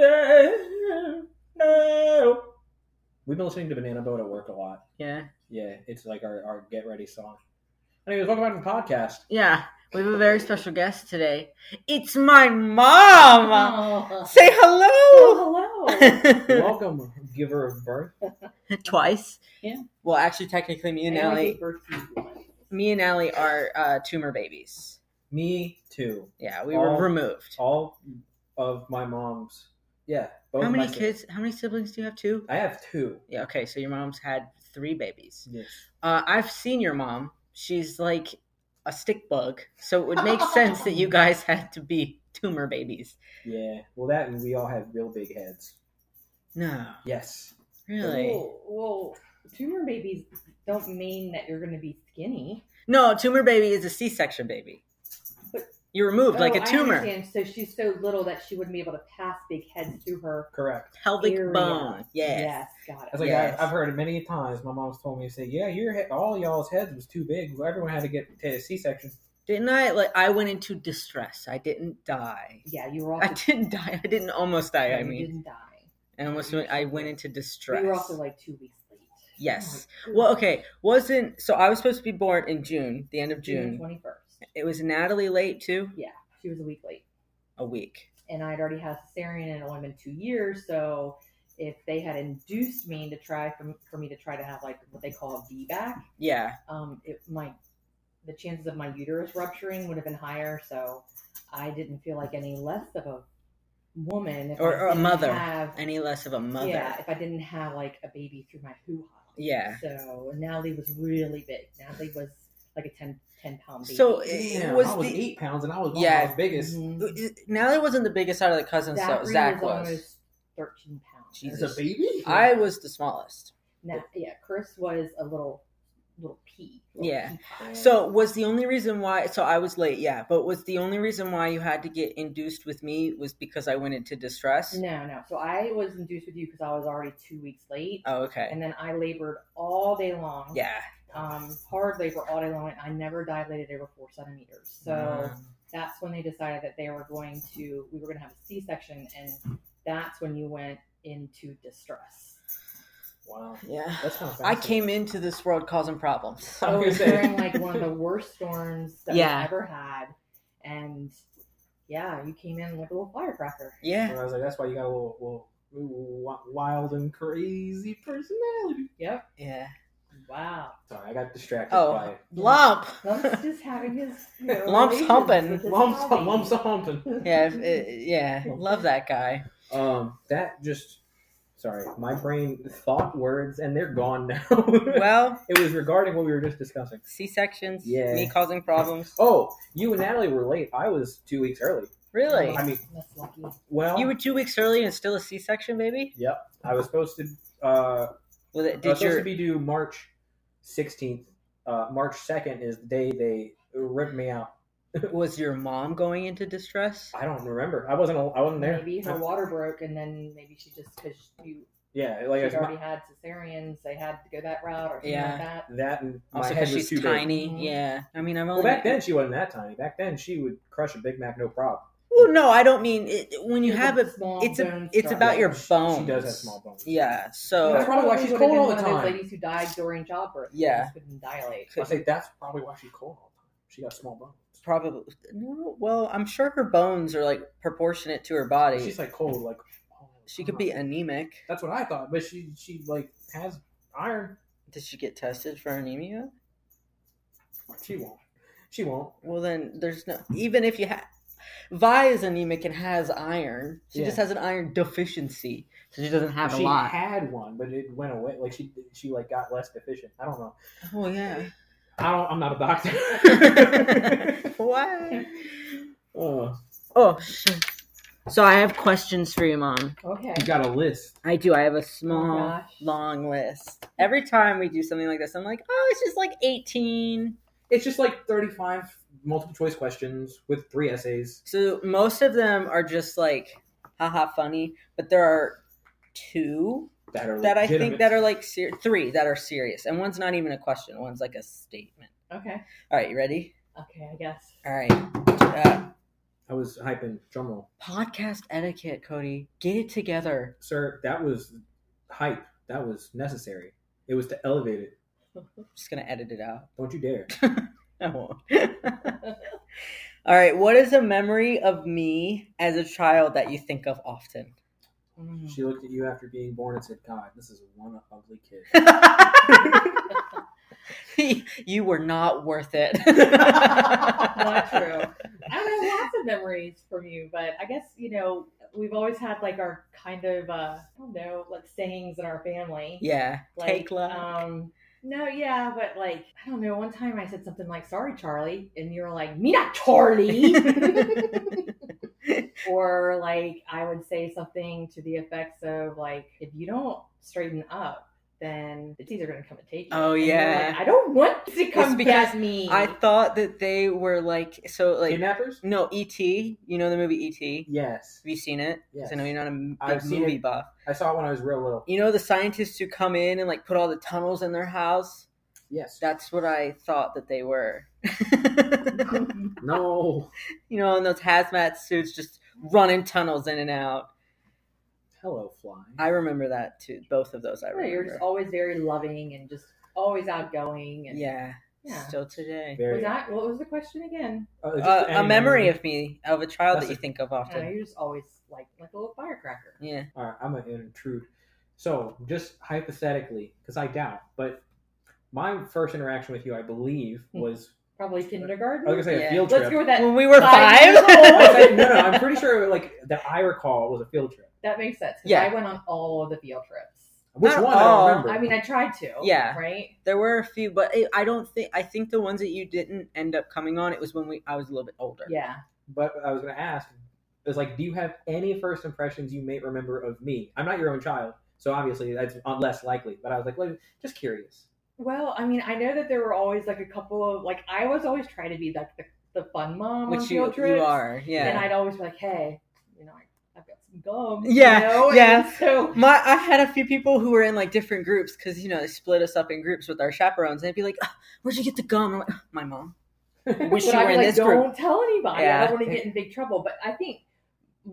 Yeah, no. We've been listening to Banana Boat at work a lot. Yeah. Yeah, it's like our, our get ready song. Anyways, welcome back to the podcast. Yeah. We have a very special guest today. It's my mom. Oh, Say hello. oh, hello. welcome, giver of birth. Twice. Yeah. Well, actually, technically, me and I always Allie, give birth to you. me and Allie are uh, tumor babies. Me too. Yeah, we Oh. were removed. All of my mom's. Yeah. Both How of many my kids? How many siblings do you have? Two. I have two. Yeah. Okay. So your mom's had three babies. Yes. Uh, I've seen your mom. She's like a stick bug. So it would make sense that you guys had to be tumor babies. Yeah. Well, that and we all have real big heads. No. Yes. Really? Well, well, tumor babies don't mean that you're going to be skinny. No, a tumor baby is a C-section baby. But- You removed like Oh, a tumor, I understand. So she's so little that she wouldn't be able to pass big heads through her. Correct. pelvic area. bone. Yes. Yes, got As it. like Yes. I, I've heard it many times. My mom's told me, say, yeah, your head, all y'all's heads was too big. Everyone had to get a C section. Didn't I? Like I went into distress. I didn't die. Yeah, you were also. I didn't die. I didn't almost die. I you mean, didn't die. I almost went, I went into We distress. were also like two weeks late. yes. Oh my Well, goodness. okay. Wasn't so? I was supposed to be born in June, the end of June. twenty first. It was Natalie late too. Yeah, she was a week late, A week. and I'd already had cesarean and it only been two years. So if they had induced me to try for, for me to try to have like what they call a V back, Yeah. um, it my the chances of my uterus rupturing would have been higher. So I didn't feel like any less of a woman if Or- I or a didn't mother. Have, Any less of a mother. Yeah, if I didn't have like a baby through my hoo ha. Yeah. So and Natalie was really big. Natalie was like a 10, 10 pound baby. So it- Damn, it was I was the eight pounds and I was one Yeah. Mm-hmm. of the biggest. Mhm. Natalie wasn't the biggest out of the cousins. Zachary though. Zach was. was, almost thirteen pounds. As Jesus. a baby? I was the smallest. Now, yeah, Chris was a little little pea. little Yeah. pea pod. So was the only reason why? So I was late, yeah. But was the only reason why you had to get induced with me was because I went into distress? no, no. So I was induced with you because I was already two weeks late, Oh, okay. and then I labored all day long. Yeah. Um, hard labor all day long, and I never dilated over four centimeters. So Mm. that's when they decided that they were going to we were going to have a C section, and that's when you went into distress. Wow. Yeah. That's kind of I came into this world causing problems. I So it was was gonna say- during like one of the worst storms that Yeah. we've ever had, and yeah, you came in like a little firecracker. Yeah. And I was like, that's why you got a little, little, little wild and crazy personality. Yep. Yeah. Wow. Sorry, I got distracted Oh, by lump. Lump's just having his you know, Lump's relations humping. with his lumps, hobby. lumps humping. yeah. if- uh, yeah. Love that guy. Um, that just sorry, my brain thought words and they're gone now. Well, it was regarding what we were just discussing. C sections. Yeah. Me causing problems. Oh, you and Natalie were late. I was two weeks early. Really? I mean, That's lucky. well, You were two weeks early and still a C section, baby. Yep, I was supposed to. Uh, Was it? I was Did supposed your to be due March sixteenth. Uh, March second is the day they ripped me out. was your mom going into distress? I don't remember. I wasn't. al- I wasn't there. Maybe her water broke, and then maybe she just because you Yeah, she like it's my, already had cesareans, they had to go that route or something Yeah. like that. that. And my Also, head because was she's too big. tiny. Mhm. Yeah. I mean, I'm only. Well, back then she wasn't that tiny. Back then she would crush a Big Mac no problem. Well, no, I don't mean it, when you have a. small it's a- bone it's scar. about your She- bones. She does have small bones. Yeah. That's That's So. probably why she's would've cold been all the one of those time. Ladies who died during childbirth. They Yeah. just couldn't dilate. I say that's probably why she's cold all the time. She got small bones. Probably no. Well, I'm sure her bones are like proportionate to her body. She's like cold, like all the she could time. be anemic. That's what I thought, but she she like has iron. Did she get tested for anemia? She won't. She won't. Well, then there's no. Mm. Even if you have, Vi is anemic and has iron. She just Yeah. has an iron deficiency, so she doesn't have she a lot. had one, but it went away. Like she she like got less deficient. I don't know. oh yeah. I don't. I'm not a doctor. Why? oh, Oh shit. So I have questions for you, mom. Okay. you got a list. I do. I have a small, gosh. long list. Every time we do something like this, I'm like, oh, it's just like 18. It's just like 35 multiple choice questions with three essays. So most of them are just like, haha, funny. But there are two That are that I legitimate. think that are like ser- three that are serious, and one's not even a question. One's like a statement. Okay. All right, you ready? Okay, I guess. All right. Uh, I was hyping drumroll, Podcast etiquette, Cody. Get it together. sir. That was hype. That was necessary. It was to elevate it. I'm just gonna edit it out. Don't you dare. I won't. All right. What is a memory of me as a child that you think of often? Mm. She looked at you after being born and said, "God, this is one ugly kid." you were not worth it. Not true. I have lots of memories from you, but I guess you know we've always had like our kind of uh, I don't know like sayings in our family. Yeah. Like, Take luck. Um, no, yeah, but like I don't know. One time I said something like "Sorry, Charlie," and you were like, "Me not Charlie," or like I would say something to the effects of like, "If you don't straighten up." Then the teeth are gonna come and take you. Oh, And you're yeah. like, I don't want to come because get me. I thought that they were like so like Kidnappers? no ET. You know the movie ET. Yes. Have you seen it? Yes. 'Cause I know you're not a m- I've big seen movie it. buff. I saw it when I was real little. You know the scientists who come in and like put all the tunnels in their house. Yes. That's what I thought that they were. No. you know, in those hazmat suits, just running tunnels in and out. Hello, fly. I remember that too. Both of those I Right, remember. you're just always very loving and just always outgoing. And yeah, Yeah. Still today. Very. Was that what was the question again? Uh, just Uh, a any memory of me of a child That's that you a- think of I don't know, often. you're just always like like a little firecracker. Yeah. All right, I'm gonna intrude. So, just hypothetically, because I doubt, but my first interaction with you, I believe, was Probably kindergarten. I was gonna say Yeah. a field trip. Hmm. Let's go with that. When we were Uh, Five five. years I old. said- no, no, I'm pretty sure like that I recall was a field trip. That makes sense. 'cause Yeah. I went on all of the field trips. Which Not one? all. I don't remember. I mean, I tried to. Yeah. Right. there were a few, but I- I don't think I think the ones that you didn't end up coming on. It was when we I was a little bit older. Yeah. but I was gonna ask. Is like, do you have any first impressions you may remember of me? I'm not your own child, so obviously that's less likely. But I was like, let me- just curious. Well, I mean, I know that there were always like a couple of like I was always trying to be like the, the fun mom on which you field trips. you are. And Yeah. I'd always be like, hey, you know, I, I've got some gum. Yeah, You know? yeah. And so My I had a few people who were in like different groups because you know they split us up in groups with our chaperones. And they'd be like, "Ah, "Where'd you get the gum?" I'm like, "Ah, "My mom." Wish But you I'd were be in like, this don't group. tell anybody. I Yeah. don't want to get in big trouble. But I think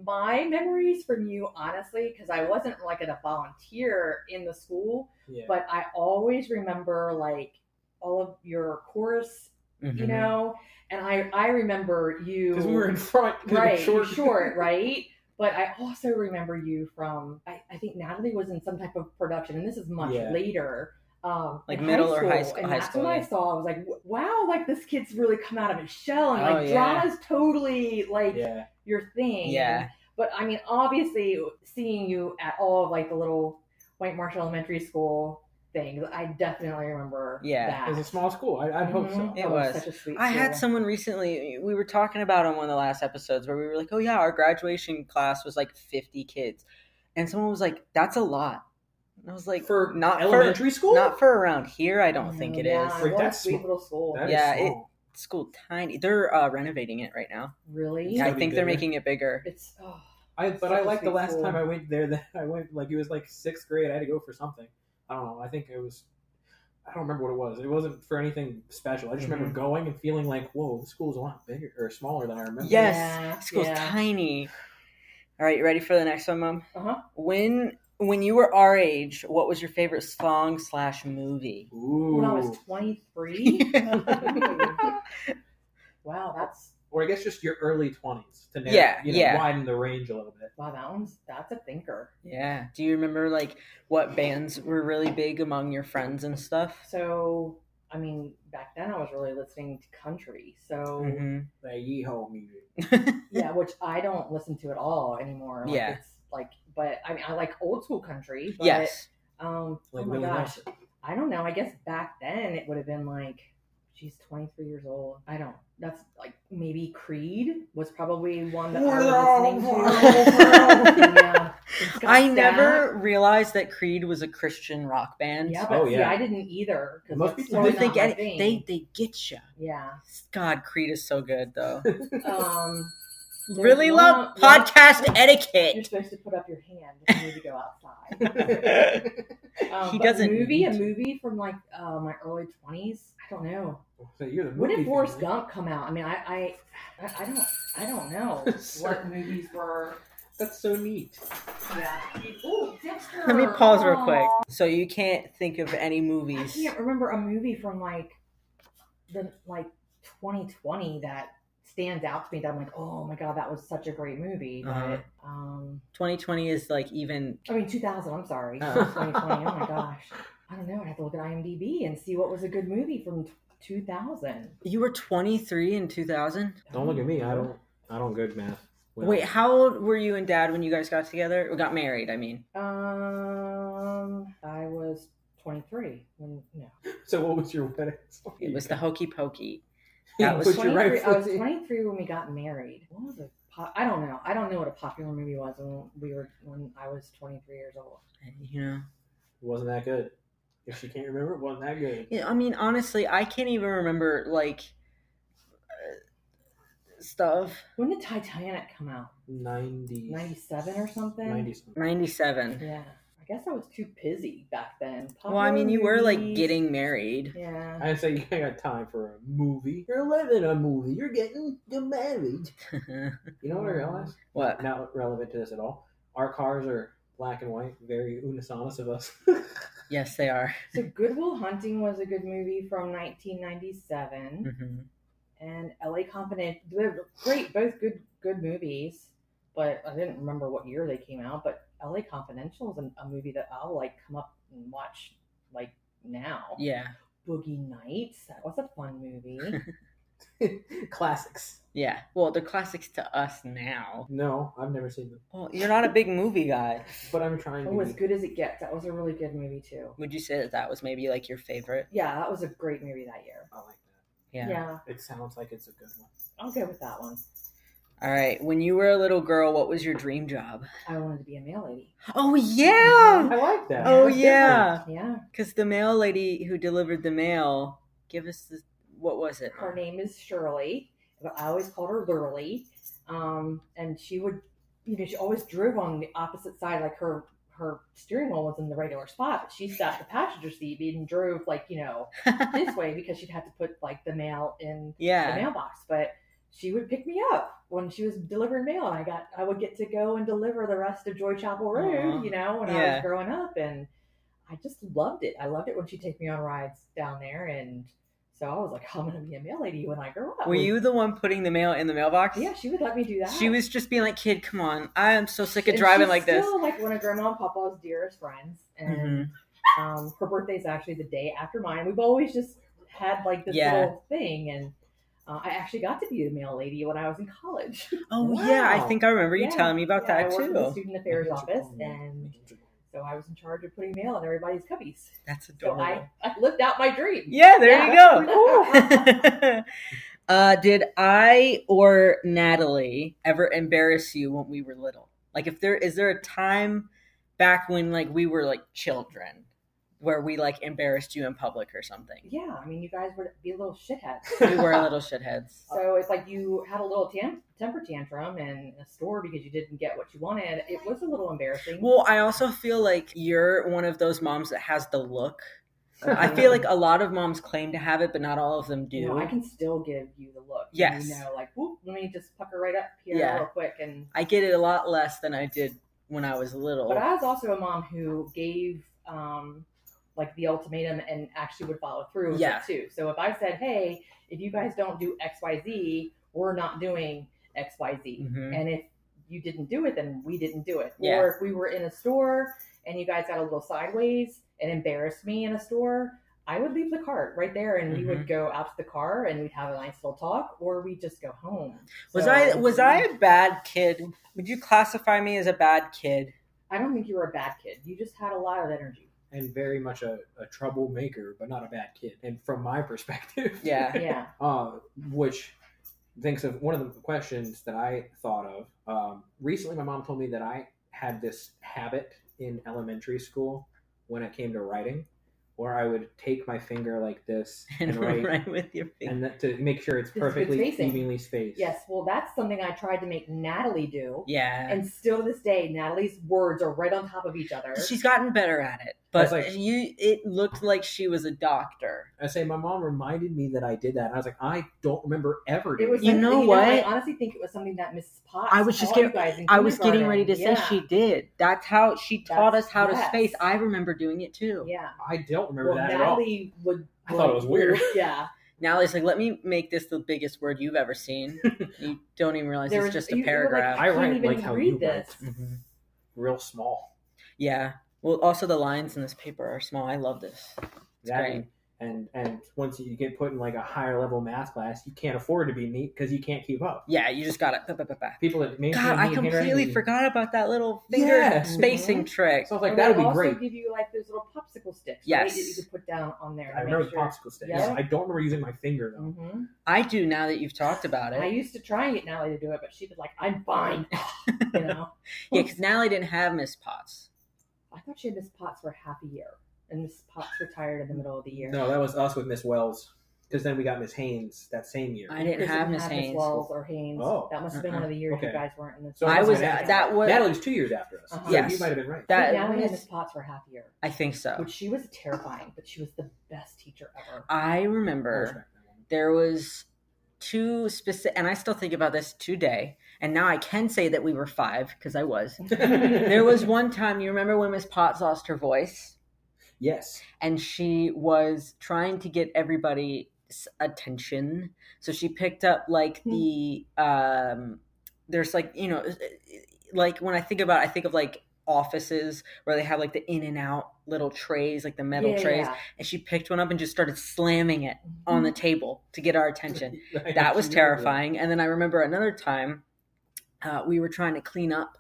my memories from you, honestly, because I wasn't like a volunteer in the school, Yeah. but I always remember like all of your chorus, you know, and I I remember you Because we were in front. Mm-hmm. 'cause we were right short. short. right. But I also remember you from I, I think Natalie was in some type of production, and this is much Yeah. later. Um, Like in middle or high sc- and high that's school, when I yeah. saw. I was like, "Wow, like this kid's really come out of his shell, and Oh, like yeah. drama's totally like Yeah. your thing." Yeah. But I mean, obviously, seeing you at all of like the little White Marsh Elementary School things, I definitely remember. Yeah. that. It was a small school. I, I'd hope so. Mhm. It That was. such a sweet. I had school. someone recently. We were talking about on one of the last episodes where we were like, "Oh yeah, our graduation class was like 50 kids," and someone was like, "That's a lot." And I was like, for not elementary school. for, not for around here. I don't think it is. yeah, Like, what a that's sweet sm- little school. That is Yeah, it- small. School tiny. They're uh, renovating it right now. really? Yeah. I gotta be think they're bigger. making it bigger. It's oh. I but such I a like the sweet last school. time I went there that I went like it was like sixth grade. I had to go for something. I don't know. I think it was. I don't remember what it was. It wasn't for anything special. I just remember going and feeling like, whoa, the school's a lot bigger or smaller than I remember. Yeah. Yes. Yeah, School's yeah. tiny. All right, you ready for the next one, Mom? Uh-huh. When when you were our age, what was your favorite song slash movie? Ooh. When I was 23? wow, that's Or I guess just your early twenties to narrow, Yeah, you know, yeah. widen the range a little bit. wow, that one's that's a thinker. Yeah. Do you remember like what bands were really big among your friends and stuff? So, I mean, back then I was really listening to country. So, Mhm. That yeehaw music. Mm-hmm. yeah, which I don't listen to at all anymore. Like, Yeah. It's like, but I mean, I like old school country. But, Yes. Um, Like oh my Willie gosh. Nelson. I don't know. I guess back then it would have been like, she's 23 years old. I don't. That's like maybe Creed was probably one that I was listening to. yeah. It's got I that. never realized that Creed was a Christian rock band. Yeah, but Oh, see, yeah. I didn't either. 'cause Most that's people so They do. not think my any- thing. they they get you. Yeah. God, Creed is so good though. Um, really There's love one- one- podcast You're etiquette. supposed to put up your hand when you need to go outside. Um, He but doesn't Movie, a need movie from like uh, my early twenties. I don't know. So you're the When movie did Forrest fan, right? Gump come out? I mean, I, I, I, I don't, I don't know what Sorry. movies were. That's so neat. Yeah. Ooh, Dexter. Let me pause real Aw. quick. So you can't think of any I movies. can't remember a movie from like the like 2020 that stands out to me that I'm like, oh my god, that was such a great movie. Uh-huh. But, um, 2020 is like even I mean 2000. I'm sorry, Oh. 2020. oh my gosh, I don't know. I have to look at IMDb and see what was a good movie from 2000. you were 23 in 2000. Don't look at me. I don't. I don't good math. Well, Wait, how old were you and Dad when you guys got together? Or got married? I mean, Um, I was 23 when no. So what was your wedding? song? it was the hokey pokey. You that was put your 23 right I was foot in. 23 when we got married. What was a po- I don't know. I don't know what a popular movie was when we were when I was 23 years old. You know, wasn't that good. If she can't remember, it wasn't that good. Yeah, I mean, honestly, I can't even remember like uh, stuff. When did Titanic come out? 90, 97 or something. 90 something. 97. Yeah. I guess I was too busy back then. Well, I mean, you were like Movies- getting married. Yeah. I say you ain't got time for a movie. You're living a movie. You're getting you're married. You know what I realized? what? Not relevant to this at all. Our cars are black and white, very unisonous of us. Yes, they are. So Goodwill Hunting was a good movie from 1997. hmm and LA Confident. They're great, both good good movies, but I didn't remember what year they came out. But LA Confidential is a, a movie that I'll like come up and watch like now. Yeah, Boogie Nights, that was a fun movie. Classics. yeah. Well, they're classics to us now. No, I've never seen them, Well, you're not a big movie guy. but I'm trying to. oh, as be. good as it gets. That was a really good movie too. Would you say that that was maybe like your favorite? Yeah, that was a great movie that year. I like that. Yeah. It sounds like it's a good one. I'll go with that one. All right. When you were a little girl, what was your dream job? I wanted to be a mail lady. Oh yeah. I like that. Oh That's yeah. Yeah, Because the mail lady who delivered the mail, give us the what was it? her name is Shirley, but I always called her Lurley. Um, and she would, you know, she always drove on the opposite side, like her her steering wheel was in the regular spot, but she sat in the passenger seat and drove like you know this way because she'd have to put like the mail in the yeah. mailbox. But she would pick me up when she was delivering mail, and I got I would get to go and deliver the rest of Joy Chapel Road, Aw. you know, when I Yeah. was growing up, and I just loved it. I loved it when she'd take me on rides down there, and so I was like, "Oh, I'm gonna be a mail lady when I grow up. Were you the one putting the mail in the mailbox? Yeah, she would let me do that. She was just being like, "Kid, come on! I am so sick of And driving she's like this." Still, like one of Grandma and Papa's dearest friends, and Mm-hmm. um, her birthday is actually the day after mine. We've always just had like this Yeah. little thing, and uh, I actually got to be the mail lady when I was in college. Oh yeah, I Wow. think I remember you Yeah, telling me about Yeah, I that worked in the too. student affairs Angel office, Coleman. and Angel Coleman. so I was in charge of putting mail in everybody's cubbies. That's So adorable. I, I lived out my dream. Yeah, there Yeah, you that's go. pretty cool. uh, did I or Natalie ever embarrass you when we were little? Like, if there is there a time back when like we were like children where we like embarrassed you in public or something? Yeah, I mean, you guys would be little shitheads. We were little shitheads. So it's like you had a little tam- temper tantrum in a store because you didn't get what you wanted. It was a little embarrassing. Well, I also feel like you're one of those moms that has the look. I feel like a lot of moms claim to have it, but not all of them do. you know, I can still give you the look. Yes. You know, like, whoop, let me just pucker right up here Yeah. real quick. And I get it a lot less than I did when I was little. but I was also a mom who gave um like the ultimatum and actually would follow through with Yeah. it too. So if I said, Hey, if you guys don't do XYZ, we're not doing XYZ. Mhm. And if you didn't do it, then we didn't do it. Yeah. Or if we were in a store and you guys got a little sideways and embarrassed me in a store, I would leave the cart right there and we Mm-hmm. would go out to the car and we'd have a nice little talk or we'd just go home. Was So- I was I a bad kid? Would you classify me as a bad kid? I don't think you were a bad kid. You just had a lot of energy. and very much a, a troublemaker, but not a bad kid. And from my perspective, Yeah. Yeah. uh, which thinks of one of the questions that I thought of. Um, recently, my mom told me that I had this habit in elementary school when it came to writing, where I would take my finger like this and and write, right with your finger. and that, to make sure it's It's good perfectly spacing. evenly spaced. Yes, well, that's something I tried to make Natalie do. Yeah. And still to this day, Natalie's words are right on top of each other. She's gotten better at it, I but was like- you it looked like she was a doctor. I say my mom reminded me that I did that, and I was like, I don't remember ever doing it was You something- know I what? honestly think it was something that Mrs. Potts. I was just taught you getting- guys in I was getting ready to say kindergarten. she did. That's how she taught That's- us how to yes. space. I remember doing it too. Yeah. I don't yeah. remember Well, that at all. Natalie would. I thought it was weird. Yeah. Natalie's like, let me make this the biggest word you've ever seen. you don't even realize There it's was- just you- a you were like- paragraph. I can't write even like how read you this. write, Mhm. real small. Yeah. Well, also the lines in this paper are small. I love this. It's That great. and- And and once you get put in like a higher level math class, you can't afford to be neat because you can't keep up. Yeah, you just got it. People that maintain God, I neat handwriting completely is- forgot about that little finger Yeah. spacing trick. So I was like, And that they would be also great. give you like those little popsicle sticks. Right, Yes. that you could put down on there. I to make remember the sure. popsicle sticks. Yeah. I don't remember using my finger though. Mhm. I do now that you've talked about I it. used to try and get Natalie to do it, but she was like, "I'm fine," you know. Yeah, because Natalie didn't have Miss Potts. I thought she had Miss Potts for half a year, and Miss Potts retired in the middle of the year. No, that was us with Miss Wells. Because then we got Miss Haynes that same year. I didn't Kristen have Miss had Haynes. Wells or Haynes. Oh. that must have been Uh-uh. one of the years Okay. you guys weren't in the. So it I must was have been that was Natalie's two years after us. Uh-huh. So Yes. you might have been right. that Natalie had Miss was, Oh. Potts for half a year, I think so. which she was terrifying, but she was the best teacher ever. I I remember respect that woman. there was two specific, and I still think about this today. And now I can say that we were five because I was. There was one time you remember when Miss Potts lost her voice, Yes. and she was trying to get everybody's attention. So she picked up like Hmm. the um, there's like you know, like when I think about, it, I think of like offices where they have like the in and out little trays, like the metal Yeah, trays. yeah. Mm-hmm. and she picked one up and just started slamming it on the table to get our attention. I That was remember. terrifying. And then I remember another time uh, we were trying to clean up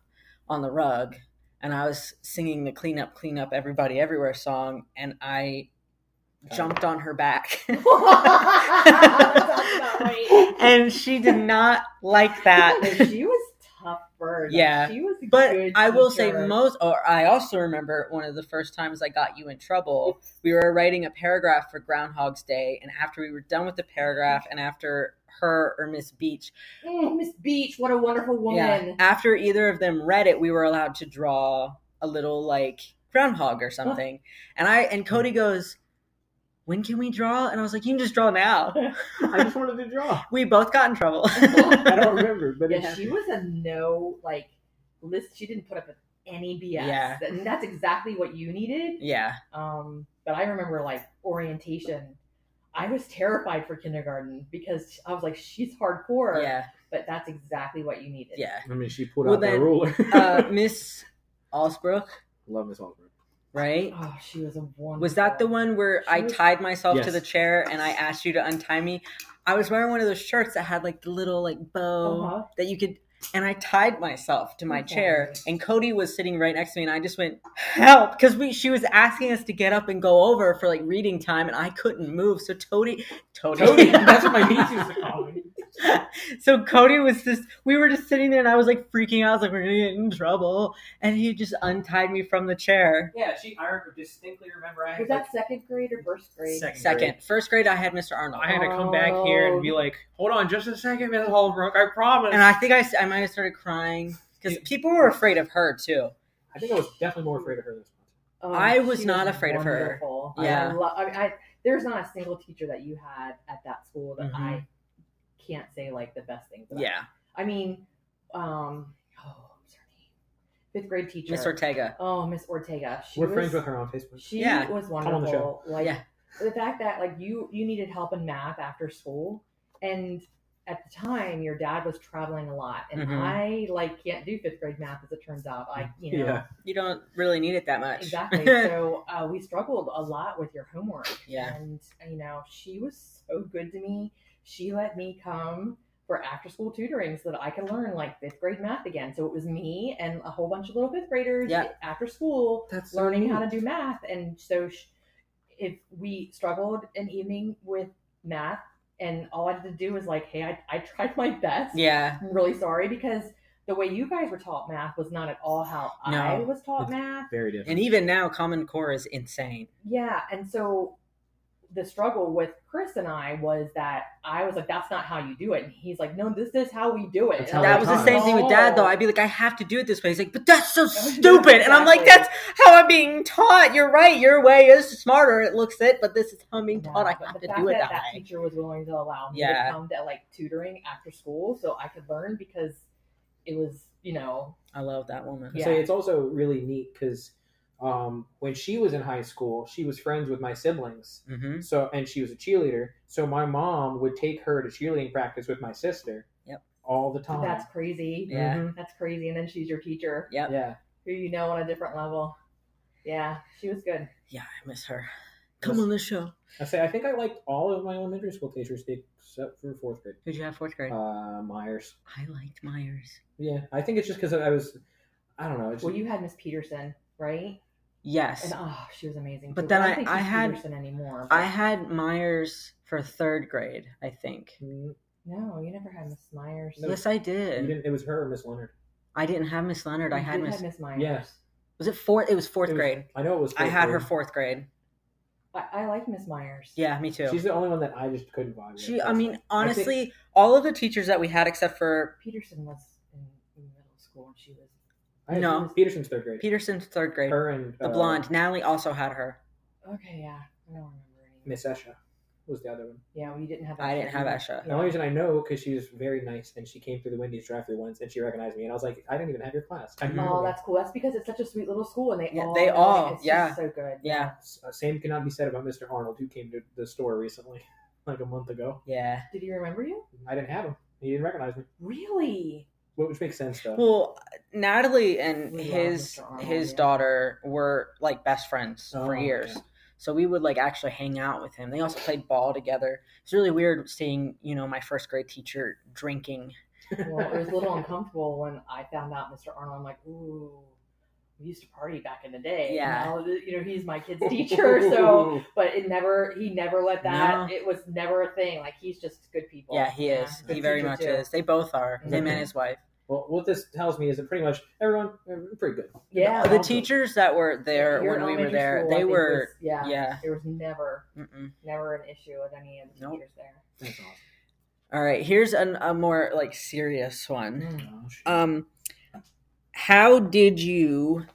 on the rug, and I was singing the "Clean Up, Clean Up, Everybody Everywhere" song, and I jumped on her back. That's not right. and she did not like that. But she was tough bird. Like, Yeah. she was. A But good I will say teacher. most, or I also remember one of the first times I got you in trouble. We were writing a paragraph for Groundhog's Day, and after we were done with the paragraph, and after her or Miss Beach, Mm, Miss Beach, what a wonderful woman. yeah, after either of them read it, we were allowed to draw a little like groundhog or something. And I and Cody goes, "When can we draw?" And I was like, "You can just draw now." I just wanted to draw. We both got in trouble. I don't remember, but Yeah, it's she was a no like list. She didn't put up with any BS. Yeah. and that's exactly what you needed. yeah, Um, but I remember like orientation. I was terrified for kindergarten because I was like, she's hardcore. yeah, But that's exactly what you needed. yeah. I mean, she pulled Well, out the then, ruler. Uh, Miss Allsbrook, Love Miss Oliver. right? Oh, she was a wonderful. Was that the one where I She was- tied myself to Yes. the chair and I asked you to untie me? I was wearing one of those shirts that had like the little like bow Uh-huh. that you could and I tied myself to my Okay. chair and Cody was sitting right next to me and I just went help because we she was asking us to get up and go over for like reading time and I couldn't move so Tody Tody, Cody, that's what my niece used to call me. so Cody was just we were just sitting there and I was like freaking out I was like we're gonna get in trouble and he just untied me from the chair Yeah, she. I distinctly remember. I Was that second grade or first grade? second first grade I had Mr. Arnold I had to come back here and be like, "Hold on, just a second, Miss Holbrook. I promise." and I think I, s- I might have started crying because Dude. people were afraid of her too. I think I was definitely more afraid of her this one. Oh, I was she not afraid of her. wonderful. Yeah. I lo- I mean, I, there's not a single teacher that you had at that school that Mm-hmm. I can't say like the best things about. Yeah, I mean, um, oh, what was her name? Fifth grade teacher. Miss Ortega. Oh, Miss Ortega. She We're was, friends with her on Facebook. She Yeah. was on the show. wonderful. Like Yeah. the fact that like you you needed help in math after school, and at the time your dad was traveling a lot, and Mhm. I like can't do fifth grade math as it turns out. I you know. Yeah. You don't really need it that much. Exactly. So uh, we struggled a lot with your homework. Yeah. And, you know, she was so good to me. She let me come for after school tutoring so that I could learn like fifth grade math again. So it was me and a whole bunch of little fifth graders Yeah. after school That's learning how to do math. And so sh- if we struggled an evening with math, and all I had to do was like, hey, I, I tried my best. yeah, I'm really sorry because the way you guys were taught math was not at all how No. I was taught math. Very different. And even now, Common Core is insane. Yeah, and so the struggle with Chris and I was that I was like, "That's not how you do it," and he's like, "No, this is how we do it." That's how And I'm that it was like, the same thing with Dad, though. "No." I'd be like, I have to do it this way. He's like, but that's so yeah, stupid. And I'm like, that's exactly. how I'm being taught. You're right. Your way is smarter. It looks it, but this is how I'm being Yeah, taught. I but have to the fact do it that that, that way. teacher was willing to allow me Yeah. to come to like tutoring after school so I could learn because it was, you know, I love that woman. Yeah. Say it's also really neat because um, when she was in high school, she was friends with my siblings. Mm-hmm. So and she was a cheerleader. So my mom would take her to cheerleading practice with my sister. Yep. All the time. that's crazy. Mm-hmm. Yeah. Mhm. That's crazy. And then she's your teacher Yep. Yeah. who you know on a different level. Yeah, she was good. Yeah, I miss her. Come Miss- on the show. I say I think I liked all of my elementary school teachers except for fourth grade. Who'd you have fourth grade? Uh, Myers. I liked Myers. Yeah, I think it's just because I was, I don't know. It's Well, you had Miss Peterson, right? Yes. And oh, she was amazing. But too. then don't I- think I she's had- Peterson anymore. but- I had Myers for third grade, I think. Mm, no, you never had Miss Myers. No. Yes, I you did. didn't- it was her or Miss Leonard. I didn't have Miss Leonard. I You had did Miss. have Miss Myers. Yes. Was it fourth? It was fourth It was- grade. I know it was. I fourth had her grade. fourth grade. I, I like Miss Myers. Yeah, me too. She's the only one that I just couldn't vibe with. She, I That's mean, it. I honestly, think- all of the teachers that we had, except for Peterson was in, in middle school and she was I- no. Peterson's third grade. Peterson's third grade, her and the uh, blonde, Natalie also had her. Okay, yeah. I don't remember any. Miss Esha was the other one. Yeah, well, you didn't have. I didn't have either. Esha. The only reason I know because she was very nice and she came through the Wendy's drive-through once and she recognized me and I was like, I didn't even have your class. I Mhm. remember Oh, that. that's cool. That's because it's such a sweet little school, and they Yeah, all they know it. all- It's just yeah. so good. Yeah, S- uh, Same cannot be said about Mr. Arnold who came to the store recently, like a month ago. yeah. Did he remember you? I didn't have him. He didn't recognize me, Really? which makes sense though. Well, Natalie and We love his Mr. Arnold, his yeah. daughter were like best friends for Oh, years. yeah. So we would like actually hang out with him. They also played ball together. It's really weird seeing, you know, my first grade teacher drinking. Well, it was a little uncomfortable when I found out Mr. Arnold. I'm like, ooh, we used to party back in the day. and Yeah. now that- you know, he's my kid's teacher, so. But it never. He never let that. It was never a thing. Like he's just good people. Yeah, he is. good He very teacher, much too. is. They both are. Him Mhm. and his wife. Well, what this tells me is that pretty much everyone, uh, pretty good. Yeah. the Awesome. teachers that were there Your when we were elementary there, school, I they think, were was- yeah. yeah. There was never, Mm-mm. never an issue with any of the Nope. teachers there. That's awesome. All right, here's an, a more like serious one. Mm. Oh, shit. Um, how did you?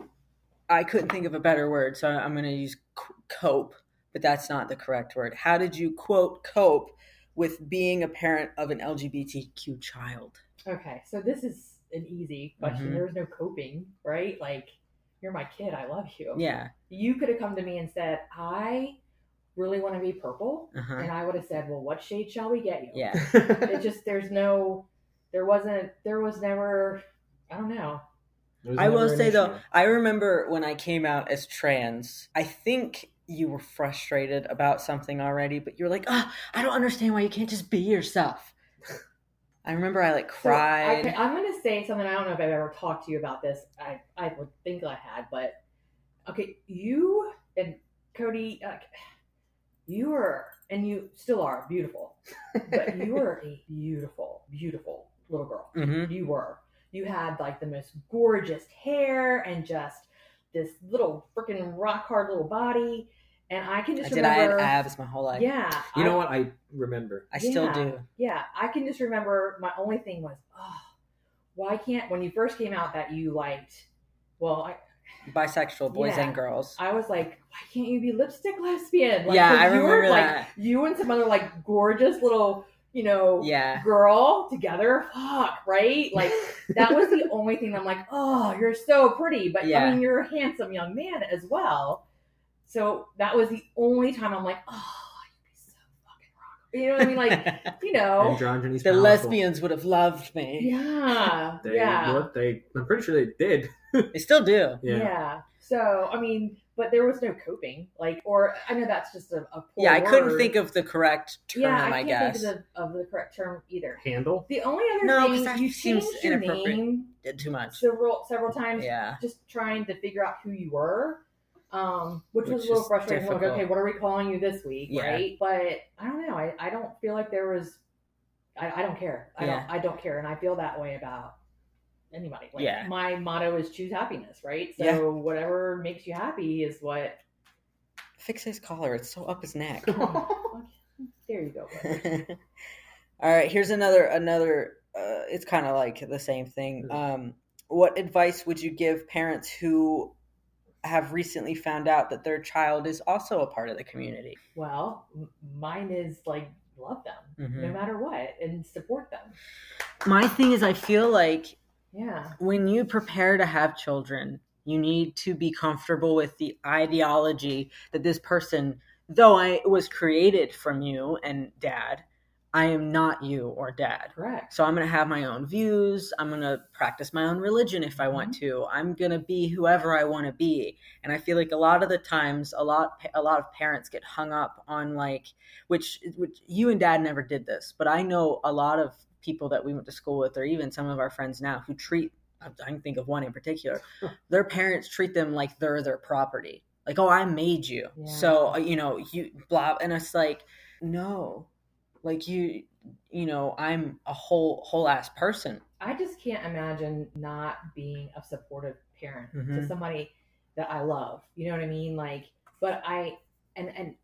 I couldn't think of a better word, so I'm going to use c- cope, but that's not the correct word. How did you quote cope with being a parent of an LGBTQ child? Okay, so this is an easy question. Mhm. There was no coping, right? Like, you're my kid. I love you. Yeah, You could have come to me and said, I really want to be purple. uh-huh. And I would have said, Well, what shade shall we get you? yeah. It just, there's no, there wasn't, there was never, I don't know. It was I will never an say though, issue. I remember when I came out as trans. I think you were frustrated about something already, but you're like, "Ah, I don't understand why you can't just be yourself." I remember I like So cried. I, am going to say something. I don't know if I've ever talked to you about this. I, I would think I had, but okay, you and Cody, uh, you were, and you still are beautiful, but you were a beautiful, beautiful little girl. hmm You were. You had like the most gorgeous hair and just this little freaking rock hard little body. And I can I just did. I remember, had abs my whole life. yeah, you I- know what? I remember. I still Yeah. do. yeah, I can just remember my only thing was, oh, why can't when you first came out that you liked? Well, I, Bisexual boys Yeah. and girls. I was like, why can't you be lipstick lesbian? Like, Yeah, 'cause I you were, remember like, that. You and some other like gorgeous little, you know, yeah. girl together. Fuck, right? Like that was the only thing I'm like, oh, you're so pretty, but Yeah. I mean, you're a handsome young man as well. So that was the only time I'm like, oh, you'd be so fucking rock. You know what I mean? Like, you know, Androgyny's Oh, powerful. the lesbians would have loved me. Yeah. They, yeah. what they? I'm pretty sure they did. They still do. yeah. So, I mean, but there was no coping. Like, or I know that's just a, a poor Yeah, I couldn't word. think of the correct term. yeah, I I, can't guess think of the, of the correct term either. Handle. The only other No, 'cause thing that you seems changed your inappropriate. name Did too much. several several times, Yeah. just trying to figure out who you were, um, which, Which was a little is frustrating. Like, difficult. okay, what are we calling you this week, Yeah. right? But I don't know. I, I don't feel like there was. I, I don't care. I Yeah. don't. I don't care, and I feel that way about anybody. Like, Yeah. My motto is choose happiness, right? So Yeah. whatever makes you happy is what. Fix his collar. It's so up his neck. there you go. brother. All right, here's another another uh, it's kind of like the same thing. Mhm. Um, what advice would you give parents who have recently found out that their child is also a part of the community? Well, m- mine is like love them no Mhm. matter what and support them. My thing is I feel like Yeah. when you prepare to have children, you need to be comfortable with the ideology that this person, though I was created from you and dad, I am not you or dad. Correct. So I'm going to have my own views. I'm going to practice my own religion if I want to. I'm going to be whoever I want to be. And I feel like a lot of the times, a lot a lot of parents get hung up on like, which which you and dad never did this, but I know a lot of people that we went to school with, or even some of our friends now, who treat I can think of one in particular. Their parents treat them like they're their property. Like, oh, I made you, Yeah. so uh, you know you blah. And it's like, no, like you you know i'm a whole whole ass person I just can't imagine not being a supportive parent to Mhm. somebody that I love. You know what I mean? Like, but I and and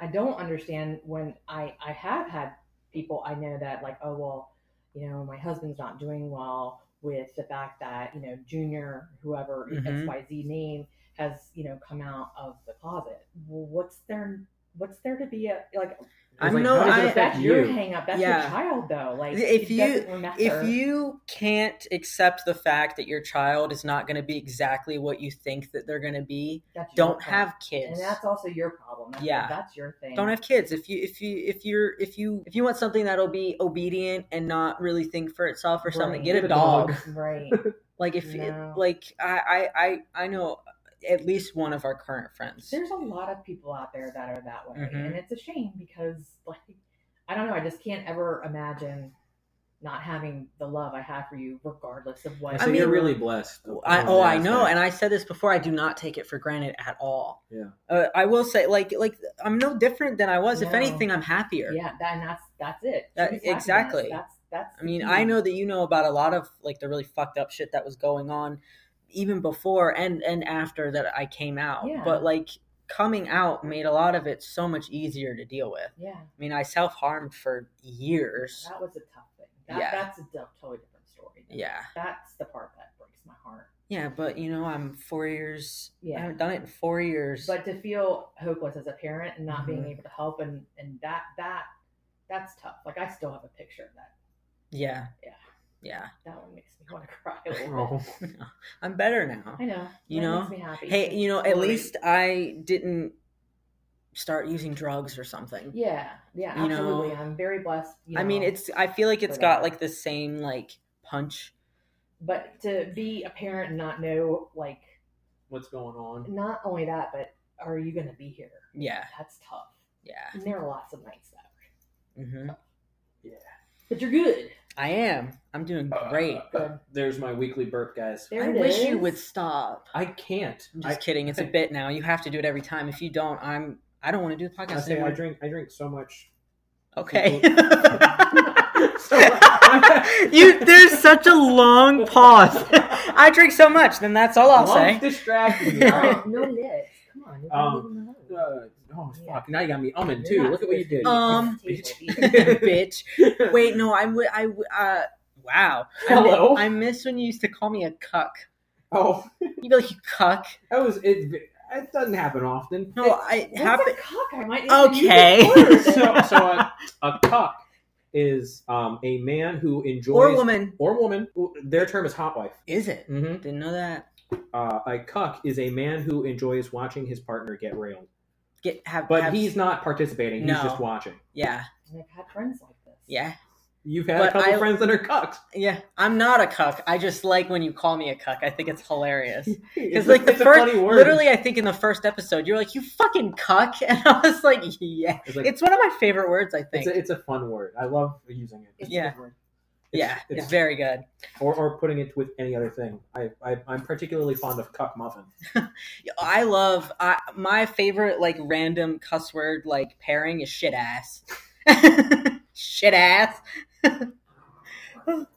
I don't understand when I I have had people I know that like, oh well, you know, my husband's not doing well with the fact that you know Junior, whoever Mhm. Y Z name has you know come out of the closet. Well, what's there? What's there to be a like? I It's like, know, how does it I- That's, affect that's your you? hang up. That's Yeah. your child though. Like If it you- doesn't matter. if you can't accept the fact that your child is not going to be exactly what you think that they're going to be That's your don't fault. have kids and that's also your problem. That's, Yeah. that's your thing. don't have kids if you if you if you're if you if you want something that'll be obedient and not really think for itself or something Right. get Get a a dog. dog right. like if it- No. like I, I i i know at least one of our current friends There's a lot of people out there that are that way, Mhm. and it's a shame because, like, I don't know. I just can't ever imagine not having the love I have for you, regardless of what. So I mean- you're really blessed. I, oh, I know, and I said this before. I do not take it for granted at all. Yeah. uh, I will say, like, like I'm no different than I was. If No. anything, I'm happier. yeah, that, and that's that's it. That- Choose happiness. exactly. That's that's. I mean, the I key. know that you know about a lot of like the really fucked up shit that was going on, even before and and after that I came out. Yeah. But like coming out made a lot of it so much easier to deal with. Yeah, I mean, I self harmed for years. that was a tough thing. That, Yeah. that's a d- totally different story. Yeah, That's the part that breaks my heart. yeah, but you know, I'm four years. Yeah. I haven't done it in four years. but to feel hopeless as a parent and not being Mhm. able to help and and that that that's tough like i still have a picture of that yeah, Yeah. yeah, that one makes me want to cry a little bit. Oh, I'm better now. i know You That know? makes me happy Hey, you know, at Totally. least I didn't start using drugs or something. yeah yeah um, you know- absolutely i'm very blessed you I mean, know. it's I feel like it's But, uh, got like the same like punch. but to be a parent and not know like what's going on? not only that but are you gonna be here Yeah, that's tough yeah. and there are lots of nights that hmm but you're good I am. I'm doing great. Good. There's my weekly burp, guys. There I it wish you is. would stop. I can't. I'm I, just kidding. It's a bit now. You have to do it every time. If you don't, I'm I don't want to do the I podcast say I anymore. drink. I drink so much. Okay. So, I'm- you there's such a long pause. I drink so much, then that's all I'll Mom's say. distracting me. no, Um, no lips come on you're gonna Um, leave them alone. Uh, oh fuck! Now you got me umming You're too. not Look at what you did. Um, Table either. Bitch. Wait, no, I would, I, w- uh, wow. I mi- Hello? I miss when you used to call me a cuck. Oh, You'd be like, you cuck. that was it. It doesn't happen often. No, I What's happen. a cock? I might need to use Okay. this word. so, so a, a cuck is um, a man who enjoys Or woman. or woman. Their term is hot wife. Is it? Mm-hmm. Didn't know that. Uh, a cuck is a man who enjoys watching his partner get railed, Get, have, but have- he's not participating. He's No. just watching. yeah, And I've had friends like this. yeah, You've had But a couple I- friends that are cucks. yeah. I'm not a cuck. I just like when you call me a cuck. I think it's hilarious. It's, Because like the it's a first, funny word. literally, I think in the first episode, you were like, "You fucking cuck," and I was like, "Yeah." it's, like, it's, It's one of my favorite words. I think. a, it's a fun word. I love using it. It's Yeah. different. yeah, it's- it's very good. or, or putting it with any other thing. I, I I'm particularly fond of cuck muffin. I love I, my favorite like random cuss word like pairing is shit ass. shit ass.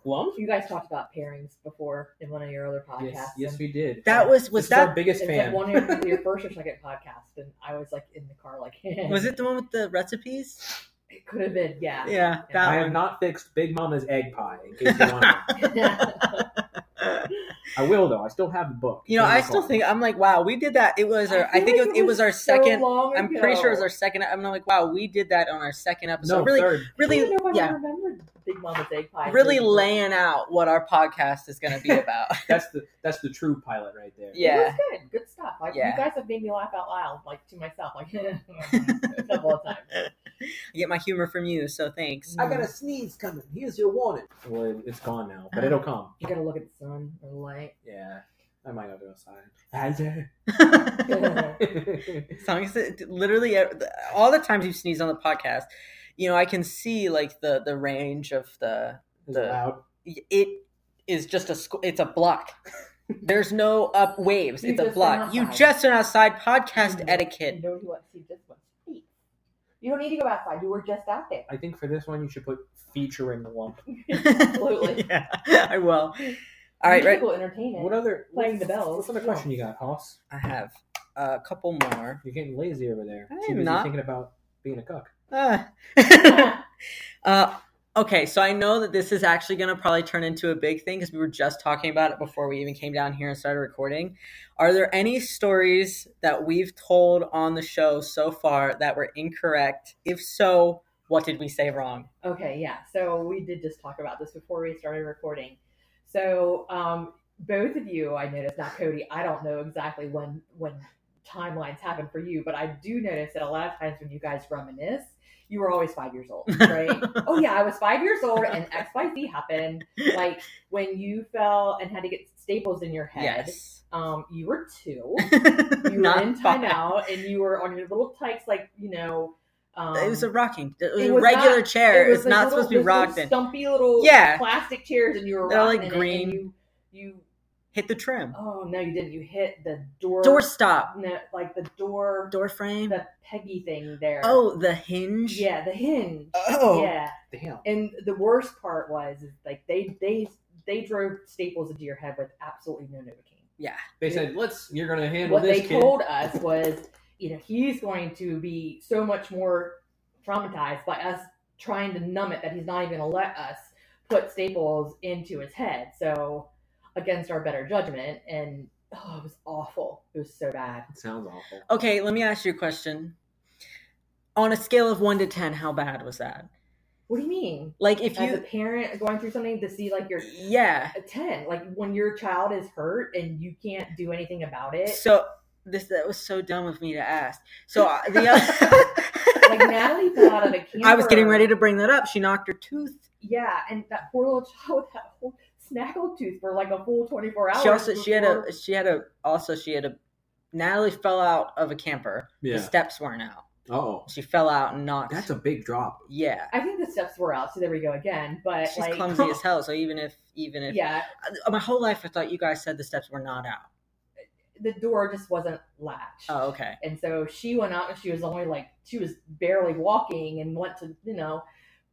Lump? You guys talked about pairings before in one of your other podcasts. Yes, yes, and we did. That was was This is our that biggest it's fan? like one of your, your first or second podcast, and I was like in the car, like, was it the one with the recipes? It could have been, yeah. Yeah, I that have one. not fixed Big Mama's egg pie. In case you want to. I will though. I still have the book. You know, in the I still car. think I'm like, wow, we did that. It was our. I, feel think like it, it was our so second. long I'm pretty sure it was ago. our second. I'm like, wow, we did that on our second episode. no really, third. I really, don't know if I yeah, remembered Big Mama's egg pie. really It laying out what our podcast is going to be about. That's the that's the true pilot right there. Yeah. was good, good stuff. Like Yeah. you guys have made me laugh out loud, like to myself, like a couple of times. I get my humor from you, so thanks. I got a sneeze coming. Here's your warning. Well, it- it's gone now, but it'll come. You gotta look at the sun or the light. Yeah, I might not go outside. As long as it- literally uh, all the times you sneeze on the podcast, you know, I can see like the the range of the It's The- loud. it is just a squ- it's a block. There's no up waves. You it's a just block. went You outside. just went outside podcast Mhm. You etiquette. know you want to see this one. Hey, You don't need to go outside. You were just out there. I think for this one you should put featuring the lump. Absolutely. yeah, I will. All right, right. Musical entertainment. What other Playing the bells. What's another question you got, Hoss? I have a couple more. You're getting lazy over there. I Too am busy not. thinking about being a cuck. Ah. uh, okay, so I know that this is actually going to probably turn into a big thing because we were just talking about it before we even came down here and started recording. Are there any stories that we've told on the show so far that were incorrect? If so, what did we say wrong? Okay, yeah. So we did just talk about this before we started recording. So um, both of you, I noticed. Now, Cody, I don't know exactly when when timelines happen for you, but I do notice that a lot of times when you guys reminisce, you were always five years old, right? oh yeah, I was five years old, and X Y Z happened. Like when you fell and had to get staples in your head. Yes. Um, you were two. You were Not in five. timeout, and you were on your little tykes, like you know. Um, It was a rocking. It was It a was regular chair. it was it's like not little- supposed to be those little rocked in. Stumpy little Yeah. plastic chairs, and you were They're, rocking like, it, green. And you, you Hit the trim. oh no, you didn't. You hit the door. Door stop. no, like the door, Door frame. the Peggy thing there. Oh, the hinge. yeah, the hinge. Oh. Yeah, Damn. and the worst part was is, like they they they drove staples into your head with absolutely no novocaine. They said, "Let's. You're gonna handle what this they kid." told us was, you know, he's going to be so much more traumatized by us trying to numb it that he's not even going to let us put staples into his head. So, against our better judgment, and oh, it was awful. It was so bad. It sounds awful. Okay, let me ask you a question. On a scale of one to ten, how bad was that? What do you mean? Like if As a you, parent going through something to see like your yeah. a ten, like when your child is hurt and you can't do anything about it. So this that was so dumb of me to ask. So uh, the other, Like Natalie fell out of a camper. I was getting ready to bring that up. She knocked her tooth. Yeah, and that poor little child with that whole snaggle tooth for like a full twenty four hours. She also she had before- a she had a also she had a Natalie fell out of a camper. The Yeah. steps weren't out. Oh, She fell out and knocked. that's a big drop. yeah. I think the steps were out, so there we go again. But She's like, clumsy as hell. So even if even if yeah, Uh, my whole life I thought you guys said the steps were not out. the door just wasn't latched, Oh okay. and so she went out, and she was only like she was barely walking, and went to you know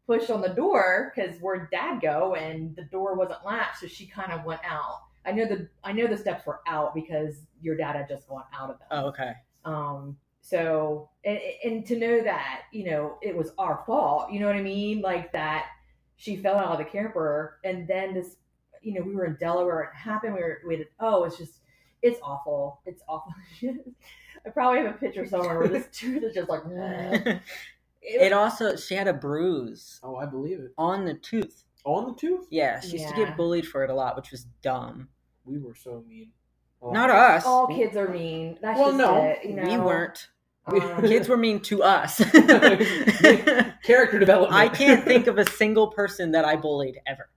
push on the door because where Dad go, and the door wasn't latched, so she kind of went out. I know the I know the steps were out because your dad had just gone out of them. Oh okay. Um, so and, and to know that you know it was our fault, you know what I mean? Like that she fell out of the camper, and then this, you know, we were in Delaware. It happened. We were we had, oh, it's just it's awful. It's awful. I probably have a picture somewhere where this tooth is just like. It, It also she had a bruise Oh, I believe it. on the tooth. On the tooth, Yeah, she used to Yeah. get bullied for it a lot, which was dumb. we were so mean. Oh, Not us. all kids are mean. That's Well, just no, it, you know? We weren't. Um, Kids were mean to us. Character development. I can't think of a single person that I bullied ever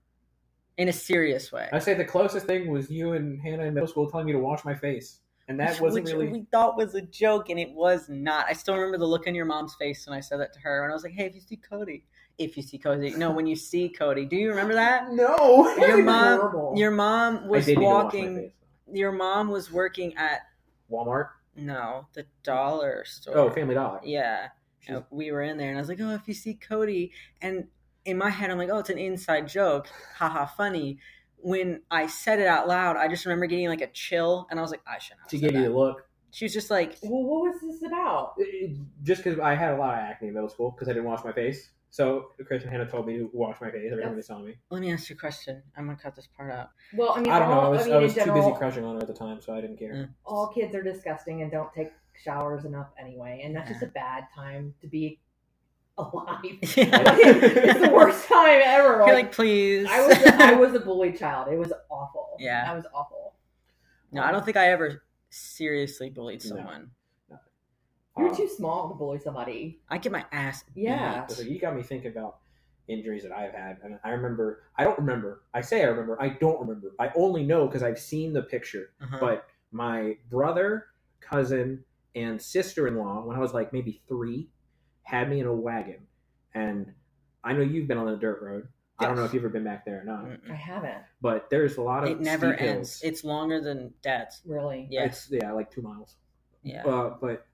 in a serious way. I say the closest thing was you and Hannah in middle school telling me to wash my face, and that Which- wasn't which really. we thought was a joke, and it was not. I still remember the look on your mom's face when I said that to her, and I was like, "Hey, if you see Cody, if you see Cody, no, when you see Cody, do you remember that?" No. It Your was mom- horrible. Your mom was I did need to wash my walking. face. Your mom was working at Walmart. no the dollar store. Oh, Family Dollar. Yeah. She's- Uh, we were in there and I was like, "Oh, if you see Cody," and in my head, I'm like, oh, it's an inside joke, haha, funny. When I said it out loud, I just remember getting like a chill, and I was like, I shouldn't. have She said gave you that. the look. She was just like, Well, what was this about? It- it- Just because I had a lot of acne in middle school because I didn't wash my face. So Chris and Hannah told me to wash my face every time they saw me. let me ask you a question. I'm gonna cut this part out. Well, I mean, I don't know. all, I was, mean, I in was too general, Mm-hmm. busy crushing on her at the time, so I didn't care. Mm. all kids are disgusting and don't take showers enough anyway, and that's just a bad time to be alive. it's the worst time ever. You're Like, like, please. I was, I was a bully child. It was awful. Yeah. I was awful. no, I don't think I ever seriously bullied No. someone. You're Uh, too small to bully somebody. I get my ass. Yeah. beat. So you got me thinking about injuries that I've had, and I remember. I don't remember. I say I remember. I don't remember. I only know because I've seen the picture. Uh-huh. uh, But my brother, cousin, and sister-in-law, when I was like maybe three, had me in a wagon, and I know you've been on the dirt road. I don't know Yes. if you've ever been back there or not, I Mm-mm. haven't but there's a lot of it never steep hills. ends. It's longer than dad's. really. Yeah, It's yeah, like two miles. yeah. Uh, but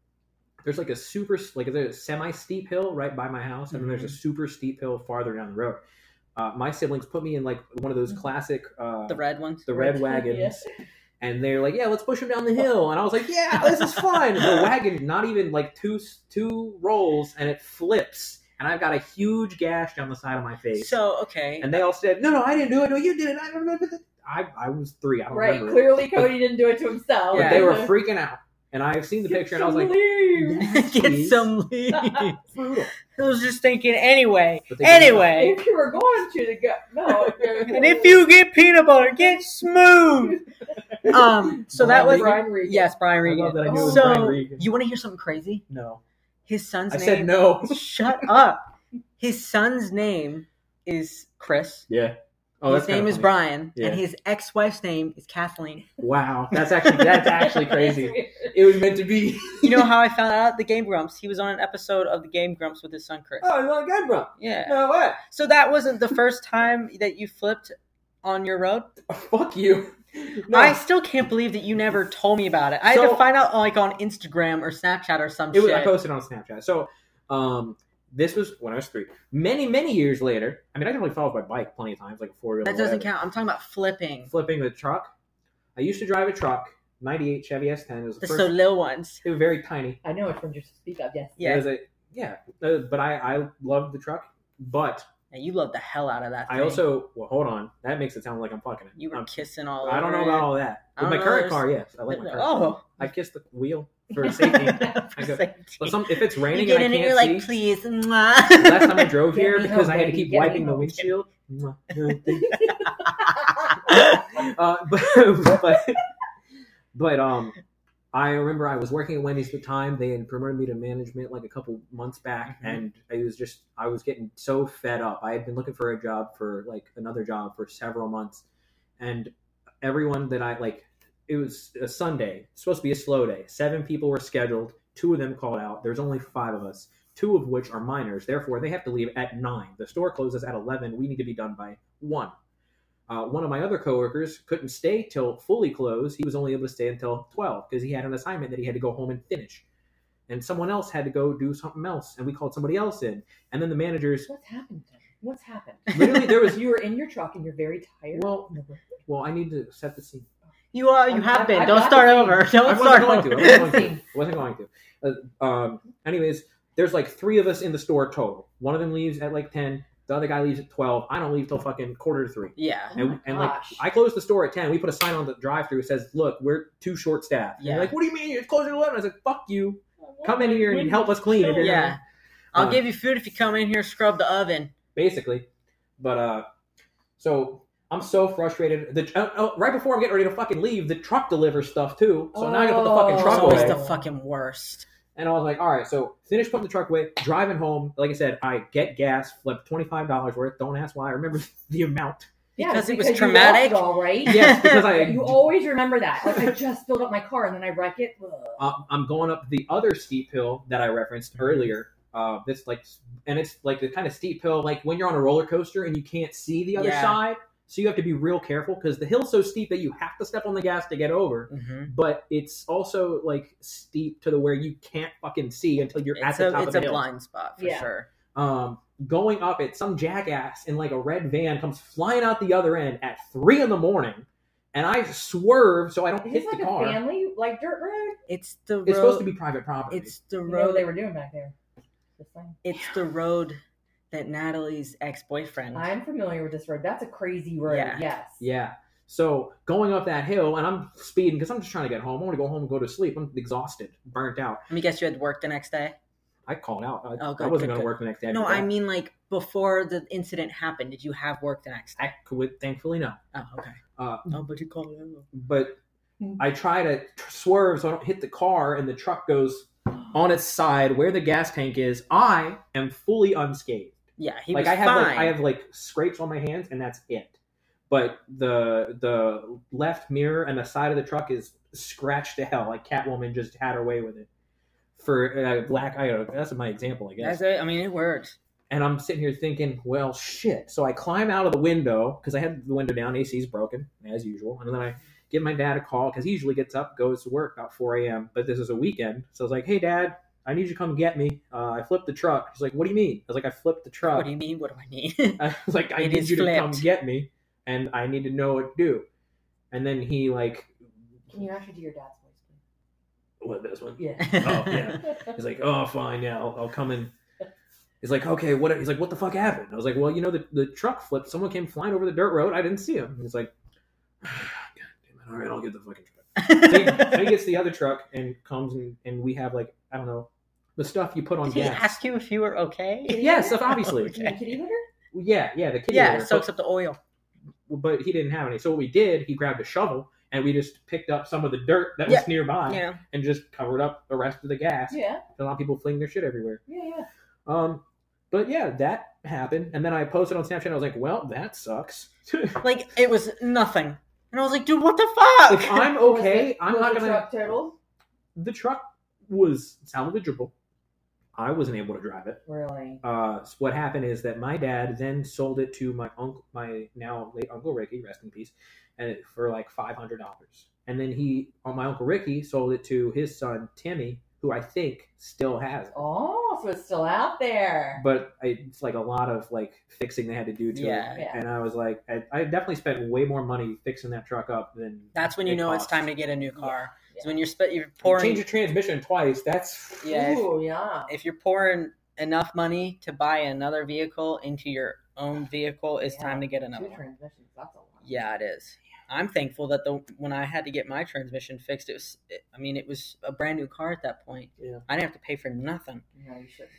there's like a super like there's a semi steep hill right by my house, and then there's Mm-hmm. a super steep hill farther down the road. Uh, my siblings put me in like one of those classic uh, Mm-hmm. the the, red ones. red Red- wagons, yes. and they're like, "Yeah, let's push him down the hill," and I was like, "Yeah, this is fun." the wagon, not even like two two rolls, and it flips, and I've got a huge gash down the side of my face. So okay, and they all said, "No, no, I didn't do it. No, you did it. I remember that." I, I was three. I don't Right. remember. it. Clearly, Cody didn't do it to himself. But Yeah. they were freaking out, and I've seen the Get picture, and I was some like, leaves. Yes, get please. some leaves. I brutal. was just thinking. Anyway, But they didn't. anyway, If you were going to, to go, no. if you're- and if you get peanut butter, get smooth. Um. So that was Brian Regan. yes, Brian I Regan. love that I knew it was so Brian Regan. you want to hear something crazy? No, His son's I name. said no. Shut up. His son's name is Chris. Yeah. his name Oh, kinda is funny. Brian, Yeah. and his ex-wife's name is Kathleen. Wow, that's actually that's actually That's crazy. weird. It was meant to be. You know how I found out the Game Grumps? He was on an episode of the Game Grumps with his son Chris. Oh, you want a good bro? Yeah. No what? So that wasn't the first time that you flipped on your road. Fuck you. No, I still can't believe that you never told me about it. I had to So- find out like on Instagram or Snapchat or some it was. shit. I posted on Snapchat. So, um, this was when I was three. Many many years later. I mean, I definitely fell off my bike plenty of times, like a four wheel. that doesn't count. I'm talking about flipping. Flipping the truck. I used to drive a truck, '98 Chevy S10. It was the The first. so little ones. it was very tiny. I know it from just speak up. Yes. It Yeah. was a, yeah. uh, But I I loved the truck, but Yeah, you loved the hell out of that. I thing. also well, hold on. That makes it sound like I'm fucking it. you were I'm- kissing all. I don't know over about all that. I With my don't know, current there's- car, yes, I like it. my current. car. Oh, I kissed the wheel for safety. I go- but some if it's you raining get and I can't in and you're like, see. please. the Last time I drove Get here me because home, I had to baby, keep get me wiping the home. windshield. uh, but, but but um, I remember I was working at Wendy's at the time. They had promoted me to management like a couple months back, Mm-hmm. Mhm. and it was just I was getting so fed up. I had been looking for a job for like another job for several months, and everyone that I like, it was a Sunday, supposed to be a slow day. Seven people were scheduled. Two of them called out. There's only five of us. Two of which are minors, therefore they have to leave at nine. The store closes at eleven. We need to be done by one. Uh, one of my other coworkers couldn't stay till fully closed. He was only able to stay until 12 because he had an assignment that he had to go home and finish. And someone else had to go do something else, and we called somebody else in. And then the managers, What's happened? to him? What's happened? literally, there was You were in your truck and you're very tired. Oh Well, well, I need to set the scene. You are. You I'm- have I'm- been. I'm Don't not start the same. over. Don't I wasn't start going to. over. I wasn't going to. I wasn't going to. Uh, um, anyways, there's like three of us in the store total. One of them leaves at like 10. The other guy leaves at 12. I don't leave till fucking quarter to three. Yeah. Oh my and, and like gosh. I closed the store at ten. We put a sign on the drive-through that says, "Look, we're too short staffed." Yeah. Yeah. like, what do you mean you're closing at 11? I was like, "Fuck you! Come in here and help us clean." If you're Yeah. gonna-" I'll Uh, give you food if you come in here scrub the oven. basically. But uh, so I'm so frustrated. The oh, oh, right before I'm getting ready to fucking leave, the truck delivers stuff too. So now I gotta put the fucking Oh. It's truck always away. the fucking worst. And I was like, all right, so finish putting the truck away, driving home. Like I said, I get gas, flip twenty five dollars worth. Don't ask why. I remember the amount. Yeah, because it was you lost traumatic. it all right. Yes, because I You always remember that. Like I just filled up my car and then I wreck it. Ugh. uh, I'm going up the other steep hill that I referenced earlier. Uh, this like, and it's like the kind of steep hill like when you're on a roller coaster and you can't see the other Yeah. side, so you have to be real careful because the hill's so steep that you have to step on the gas to get over. Mm-hmm. But it's also like steep to the where you can't fucking see until you're It's at the a top of it's a the hill. blind spot for Yeah. sure. um, going up at some jackass in like a red van comes flying out the other end at three in the morning, and I swerve so I don't Is hit this like the a car. family like dirt road? It's the road. It's supposed to be private property. It's the You know road. what they were doing back there. This thing. It's the road that Natalie's ex-boyfriend. I'm familiar with this road. That's a crazy road. Yeah. Yes. yeah. So going up that hill, and I'm speeding because I'm just trying to get home. I want to go home and go to sleep. I'm exhausted, burnt out. Let me guess, you had work the next day. I called out. I, Oh, good, I wasn't good, going good. to work the next day. no, after I that. mean like before the incident happened. Did you have work the next day? I could thankfully no. Oh, okay. Uh, Oh, but you called it. out. but Hmm. I try to t- swerve so I don't hit the car, and the truck goes on its side where the gas tank is. I am fully unscathed. Yeah, he like was I have, fine. like I have like scrapes on my hands, and that's it. But the the left mirror and the side of the truck is scratched to hell. Like Catwoman just had her way with it. For uh, Black Iota, that's my example, I guess. That's it. I mean, it worked. And I'm sitting here thinking, well, shit. So I climb out of the window because I had the window down. AC's broken as usual. And then I give my dad a call because he usually gets up, goes to work about 4 a.m. But this is a weekend, so I was like, hey, dad, I need you to come get me. Uh, I flipped the truck. He's like, what do you mean? I was like, I flipped the truck. What do you mean? What do I need? I was like, I It need is you to come flipped. get me, and I need to know what to do. And then he like, Can you actually do your dad's voice, what this one? please? Yeah. Oh, yeah. He's like, oh, fine, yeah, I'll, I'll come in. He's like, okay, what? He's like, what the fuck happened? I was like, well, you know, the, the truck flipped. Someone came flying over the dirt road. I didn't see him. He's like, God damn it. All right, I'll get the fucking truck. So he, so he gets the other truck and comes and, and we have like, I don't know, the stuff you put on Did he gas. ask you if you were okay? yeah, stuff obviously. Okay. Can you kitty litter? Yeah, yeah, the kitty. Yeah, litter. it soaks up the oil. but, but he didn't have any. So what we did, he grabbed a shovel and we just picked up some of the dirt that was Yeah. nearby Yeah. and just covered up the rest of the gas. Yeah. A lot of people fling their shit everywhere. Yeah. Yeah. Um, but yeah, that happened, and then I posted on Snapchat. I was like, "Well, that sucks. if Like it was nothing, and I was like, dude, what the fuck? I'm okay, I'm Was not the gonna." truck totaled? The truck was salvageable. I wasn't able to drive it. Really? Uh, so what happened is that my dad then sold it to my uncle, my now late uncle Ricky, rest in peace, and it, for like five hundred dollars. And then he, on my uncle Ricky, sold it to his son Timmy, who I think still has it. Oh, so it's still out there. But I, it's like a lot of like fixing they had to do to it. yeah. Yeah. and I was like, I, I definitely spent way more money fixing that truck up than That's when you it know it's cost. time to get a new car. Yeah. So when you're sp- you're You change pouring, your transmission twice. That's Yeah, if- Ooh, yeah. if you're pouring enough money to buy another vehicle into your own vehicle, it's Yeah. time to get another Two one. transmissions. That's a lot. Yeah, it is. I'm thankful that the when I had to get my transmission fixed, it was. It, I mean, it was a brand new car at that point. Yeah. I didn't have to pay for nothing. No, you shouldn't.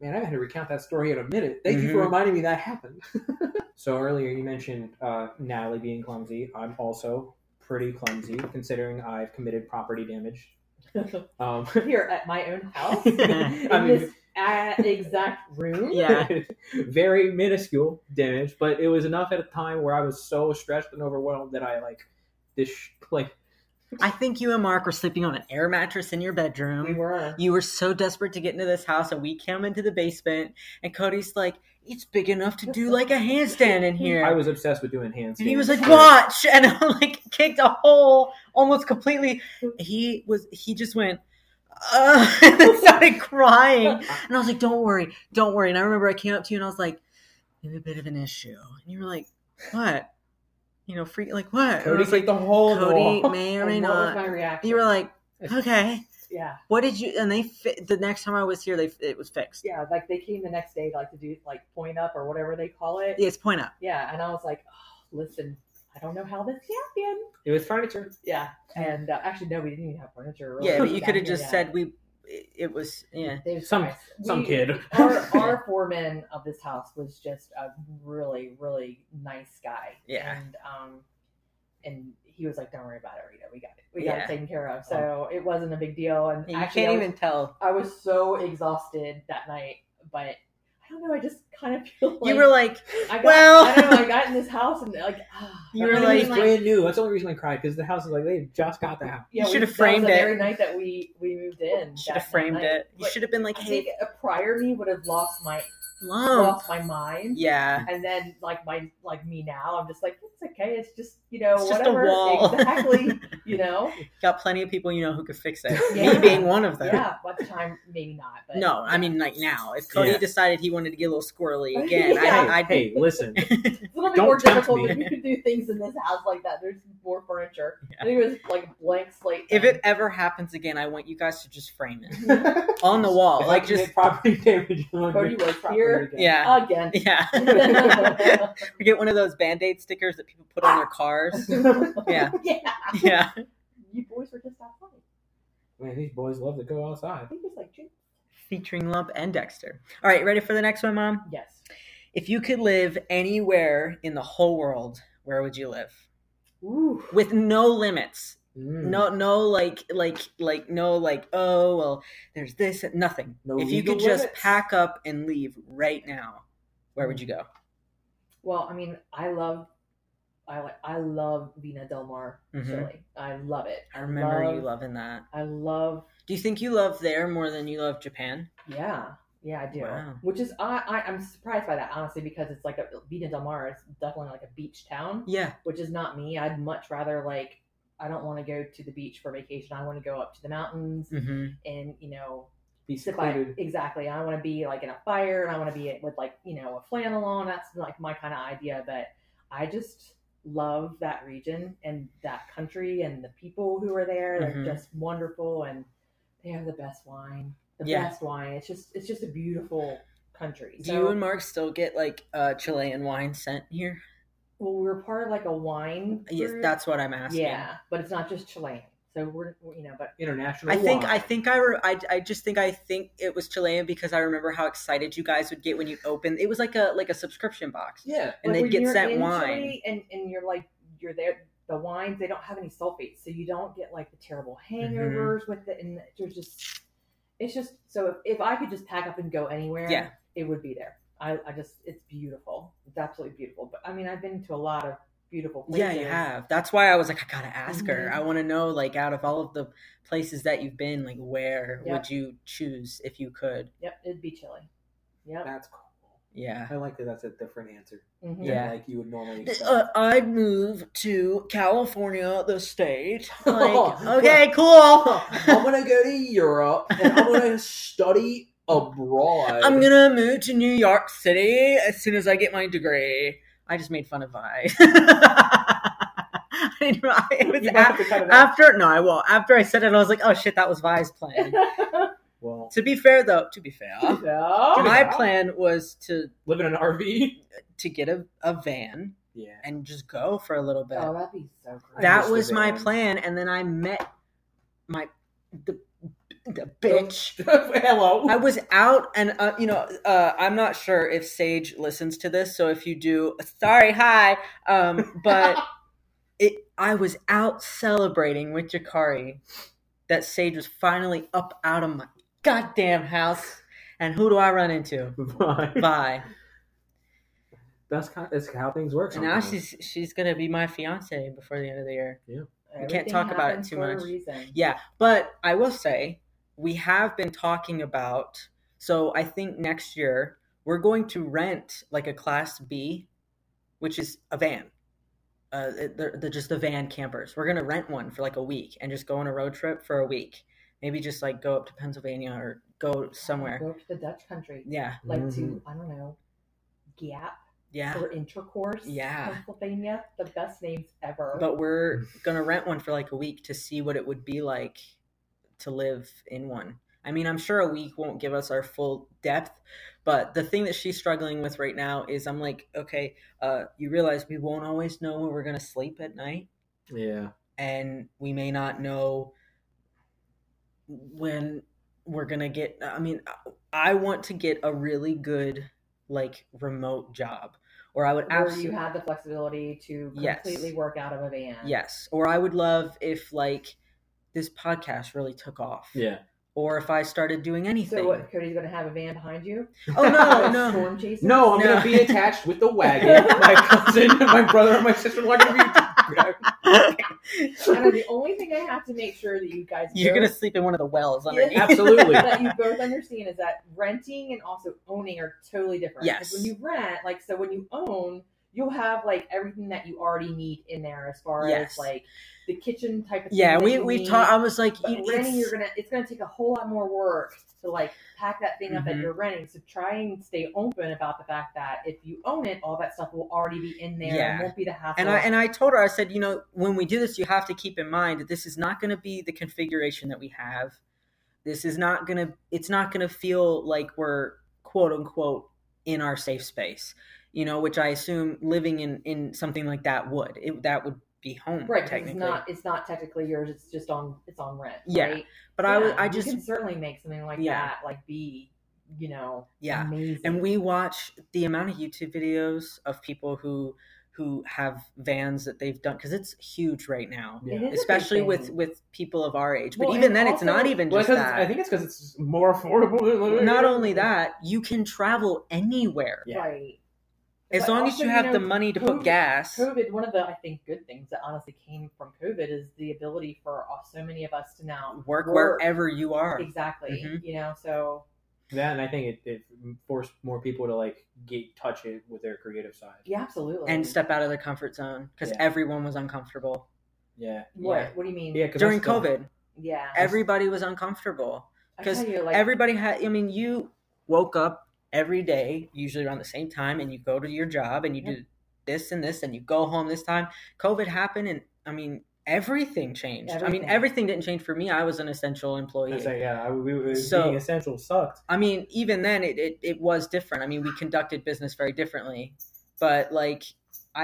man. I've had to recount that story in a minute. Thank you for Mhm. reminding me that happened. Mm-hmm. so earlier you mentioned uh, Natalie being clumsy. I'm also pretty clumsy, considering I've committed property damage. Um, Here at my own house, in I mean, this uh, exact room. Yeah. very minuscule damage, but it was enough at a time where I was so stressed and overwhelmed that I like this like I think you and Mark were sleeping on an air mattress in your bedroom. We were. You were so desperate to get into this house, and we came into the basement, and Cody's like, "It's big enough to do like a handstand in here." I was obsessed with doing hands. and he was like, "Watch!" And I like kicked a hole almost completely. He was. He just went. Uh, and started crying, and I was like, "Don't worry, don't worry." And I remember I came up to you and I was like, "We have a bit of an issue," and you were like, "What?" You know, freak like what? And I Cody was like, the whole "Cody may or And may what was not." my reaction? You were like, "Okay." yeah, What did you? And they fi- the next time I was here, they it was fixed. yeah. Like they came the next day, like to do like point up or whatever they call it. Yeah, it's point up. Yeah, and I was like, oh, listen, I don't know how this happened. It was furniture. Yeah, and uh, actually, no, we didn't even have furniture. Really Yeah, but you back could have here just yet. said we. It it was yeah. They just Some- guys- Some we- kid. our, our foreman of this house was just a really, really nice guy. Yeah. And um, and he was like, "Don't worry about it, Rita. We got it. We got Yeah. it taken care of." So it wasn't a big deal. And You actually, can't I was, even tell. I was so exhausted that night, but I don't know. I just kind of feel like you were like, I got, well. I don't know. I got in this house and like ah, You I were don't know, like- It was brand new. That's the only reason I cried because the house is like they just got the house. yeah, you should've we- that was framed the it. Very night that we we moved in, should that have framed night. it. You But should have been like, I hey, think a prior me would have lost my lump. lost my mind. Yeah. and then like my like me now i'm just like it's okay, it's just you know It's just a whatever wall. exactly, you know. Got plenty of people you know who could fix it. Yeah. Me being one of them. yeah, at the time maybe not, but No, I mean like now. If Cody Yeah. decided he wanted to get a little squirrely again, Yeah. I, I'd hey, listen. it's a little bit Don't more tempt difficult me. when you can do things in this house like that. There's more furniture. I think it was like a blank slate. If thing. it ever happens again, I want you guys to just frame it on the wall, If I like can just get property damage. I'm gonna Cody get was property here. damage. yeah, again. yeah. Or get one of those band aid stickers that people put on their cars. Yeah, yeah, yeah. you boys were just outside. Man, these boys love to go I outside. think it's like June. Featuring Lump and Dexter. All right, ready for the next one, Mom? Yes. If you could live anywhere in the whole world, where would you live? Ooh. With no limits, Mm. no, no, like, like, like, no, like, oh, well, there's this, nothing. No if you legal could just limits. pack up and leave right now, where would you go? Well, I mean, I love, I like, I love Vina Del Mar Mhm. chili. I love it. I remember you Love. loving that. I love. Do you think you love there more than you love Japan? Yeah, yeah, I do. Wow. Which is I, I I'm surprised by that honestly because it's like a Vina Del Mar is definitely like a beach town, Yeah, which is not me. I'd much rather like I don't want to go to the beach for vacation. I want to go up to the mountains hmm and you know Be sit by secluded. exactly. I want to be like in a fire, and I want to be with like you know a flannel on. That's like my kind of idea. But I just love that region and that country and the people who are there. They're Mhm. just wonderful, and they have the best wine. The Yeah. best wine. It's just it's just a beautiful country. Do So, you and Mark still get like uh, Chilean wine sent here? well, we were part of like a wine. Yes, group. that's what I'm asking. yeah, but it's not just Chilean. So we're we're, you know, but International. I think I wine. think I, re- I I just think I think it was Chilean because I remember how excited you guys would get when you opened. It was like a like a subscription box, Yeah. and Like, they'd when get you're sent in wine. Chile and and you're like you're there. The wines they don't have any sulfates, so you don't get like the terrible hangovers Mm-hmm. with it. And there's just it's just so if, if I could just pack up and go anywhere, Yeah. it would be there. I, I just it's beautiful. It's absolutely beautiful. But I mean, I've been to a lot of beautiful places. Yeah, you have. That's why I was like, I gotta ask her. Mhm. I want to know, like, out of all of the places that you've been, like, where Yep. would you choose if you could? Yep, it'd be chilly. Yep. That's cool. Yeah. I like that. That's a different answer Mhm. Yeah. than like you would normally expect. Uh, I'd move to California, the state. Like, Oh. okay, cool. I'm gonna go to Europe and I'm gonna study abroad. I'm gonna move to New York City as soon as I get my degree. I just made fun of Vi. I didn't- I- it was You might af- have to cut it out. after no, I won't. After I said it, I was like, "Oh shit, that was Vi's plan." Well, to be fair, though, to be fair, So, oh, my plan was to live in an RV. to get a, a van Yeah. and just go for a little bit. oh, that'd be so great. I that miss the was my van. plan, and then I met my the the bitch. Hello. I was out, and uh, you know, uh, I'm not sure if Sage listens to this. So if you do, sorry, hi. Um, but it, I was out celebrating with Jakari that Sage was finally up out of my goddamn house, and who do I run into? Bye. Bye. That's kind. That's how things work. And now sometimes. she's she's gonna be my fiance before the end of the year. can't Everything talk about it happens too for a much. reason. Yeah, but I will say we have been talking about. So I think next year we're going to rent like a Class B, which is a van. Uh, they're, they're just the van campers. We're gonna rent one for like a week and just go on a road trip for a week. Maybe just like go up to Pennsylvania or go somewhere. Mm-hmm. Go to the Dutch country. Yeah, like Mhm. to I don't know, Gap yeah. or Intercourse, Yeah. Pennsylvania, the best names ever. But we're gonna rent one for like a week to see what it would be like to live in one. I mean, I'm sure a week won't give us our full depth, but the thing that she's struggling with right now is I'm like, okay, uh, you realize we won't always know where we're gonna sleep at night, Mm-hmm. Yeah. and we may not know when we're gonna get. I mean, I want to get a really good like remote job, or I would where absolutely you have the flexibility to Yes. completely work out of a van. Yes. Or I would love if like this podcast really took off. Yeah. Or if I started doing anything. So what? Cody's gonna have a van behind you. oh no, no. Storm chasers. No, I'm No. gonna be attached with the wagon. My cousin, and my brother, and my sister are gonna Kinda the only thing I have to make sure that you guys You're both- gonna sleep in one of the wells Yeah. underneath. Absolutely. that you both understand is that renting and also owning are totally different. 'Cause Yes. When you rent, like so, when you own, you'll have like everything that you already need in there as far Yes. as like the kitchen type of Yeah, thing that we you we need. talked. I was like, But you- renting, it's- you're gonna it's gonna take a whole lot more work to like pack that thing up that Mhm. you're renting. So try and stay open about the fact that if you own it, all that stuff will already be in there. Yeah. and won't be the hassle. and I and I told her, I said, you know, when we do this, you have to keep in mind that this is not going to be the configuration that we have. This is not going to. It's not going to feel like we're quote unquote in our safe space, you know, which I assume living in in something like that would it that would be home right, 'cause technically. it's not it's not technically yours. It's just on it's on rent. Yeah. right? but I Yeah, I I you just can certainly make something like Yeah. that like be you know yeah. amazing. and we watch the amount of youtube videos of people who who have vans that they've done because it's huge right now It is a big especially with thing. with people of our age but Well, even and then it's not also- even Well, just 'cause I that think it's because it's more affordable. than living not here. only that you can travel anywhere Yeah. right. as But long as also, you have know, the money to put COVID- gas COVID, one of the I think good things that honestly came from COVID is the ability for uh, so many of us to now work work. wherever you are exactly, Mhm. you know, so That, and I think it, it forced more people to like get touch it with their creative side. yeah, absolutely. and step out of their comfort zone because Yeah. everyone was uncomfortable Yeah, What? yeah. What do you mean? yeah. 'cause during that's the- covid Yeah. everybody was uncomfortable I tell 'cause you, like, everybody had i mean you woke up every day usually around the same time and you go to your job and you do this and this and you go home this time covid happened and i mean everything changed i Everything. mean everything didn't change for me i was an essential employee I say, yeah, I, we, we, So- being essential sucked. i mean even then it, it, it was different i mean we conducted business very differently but like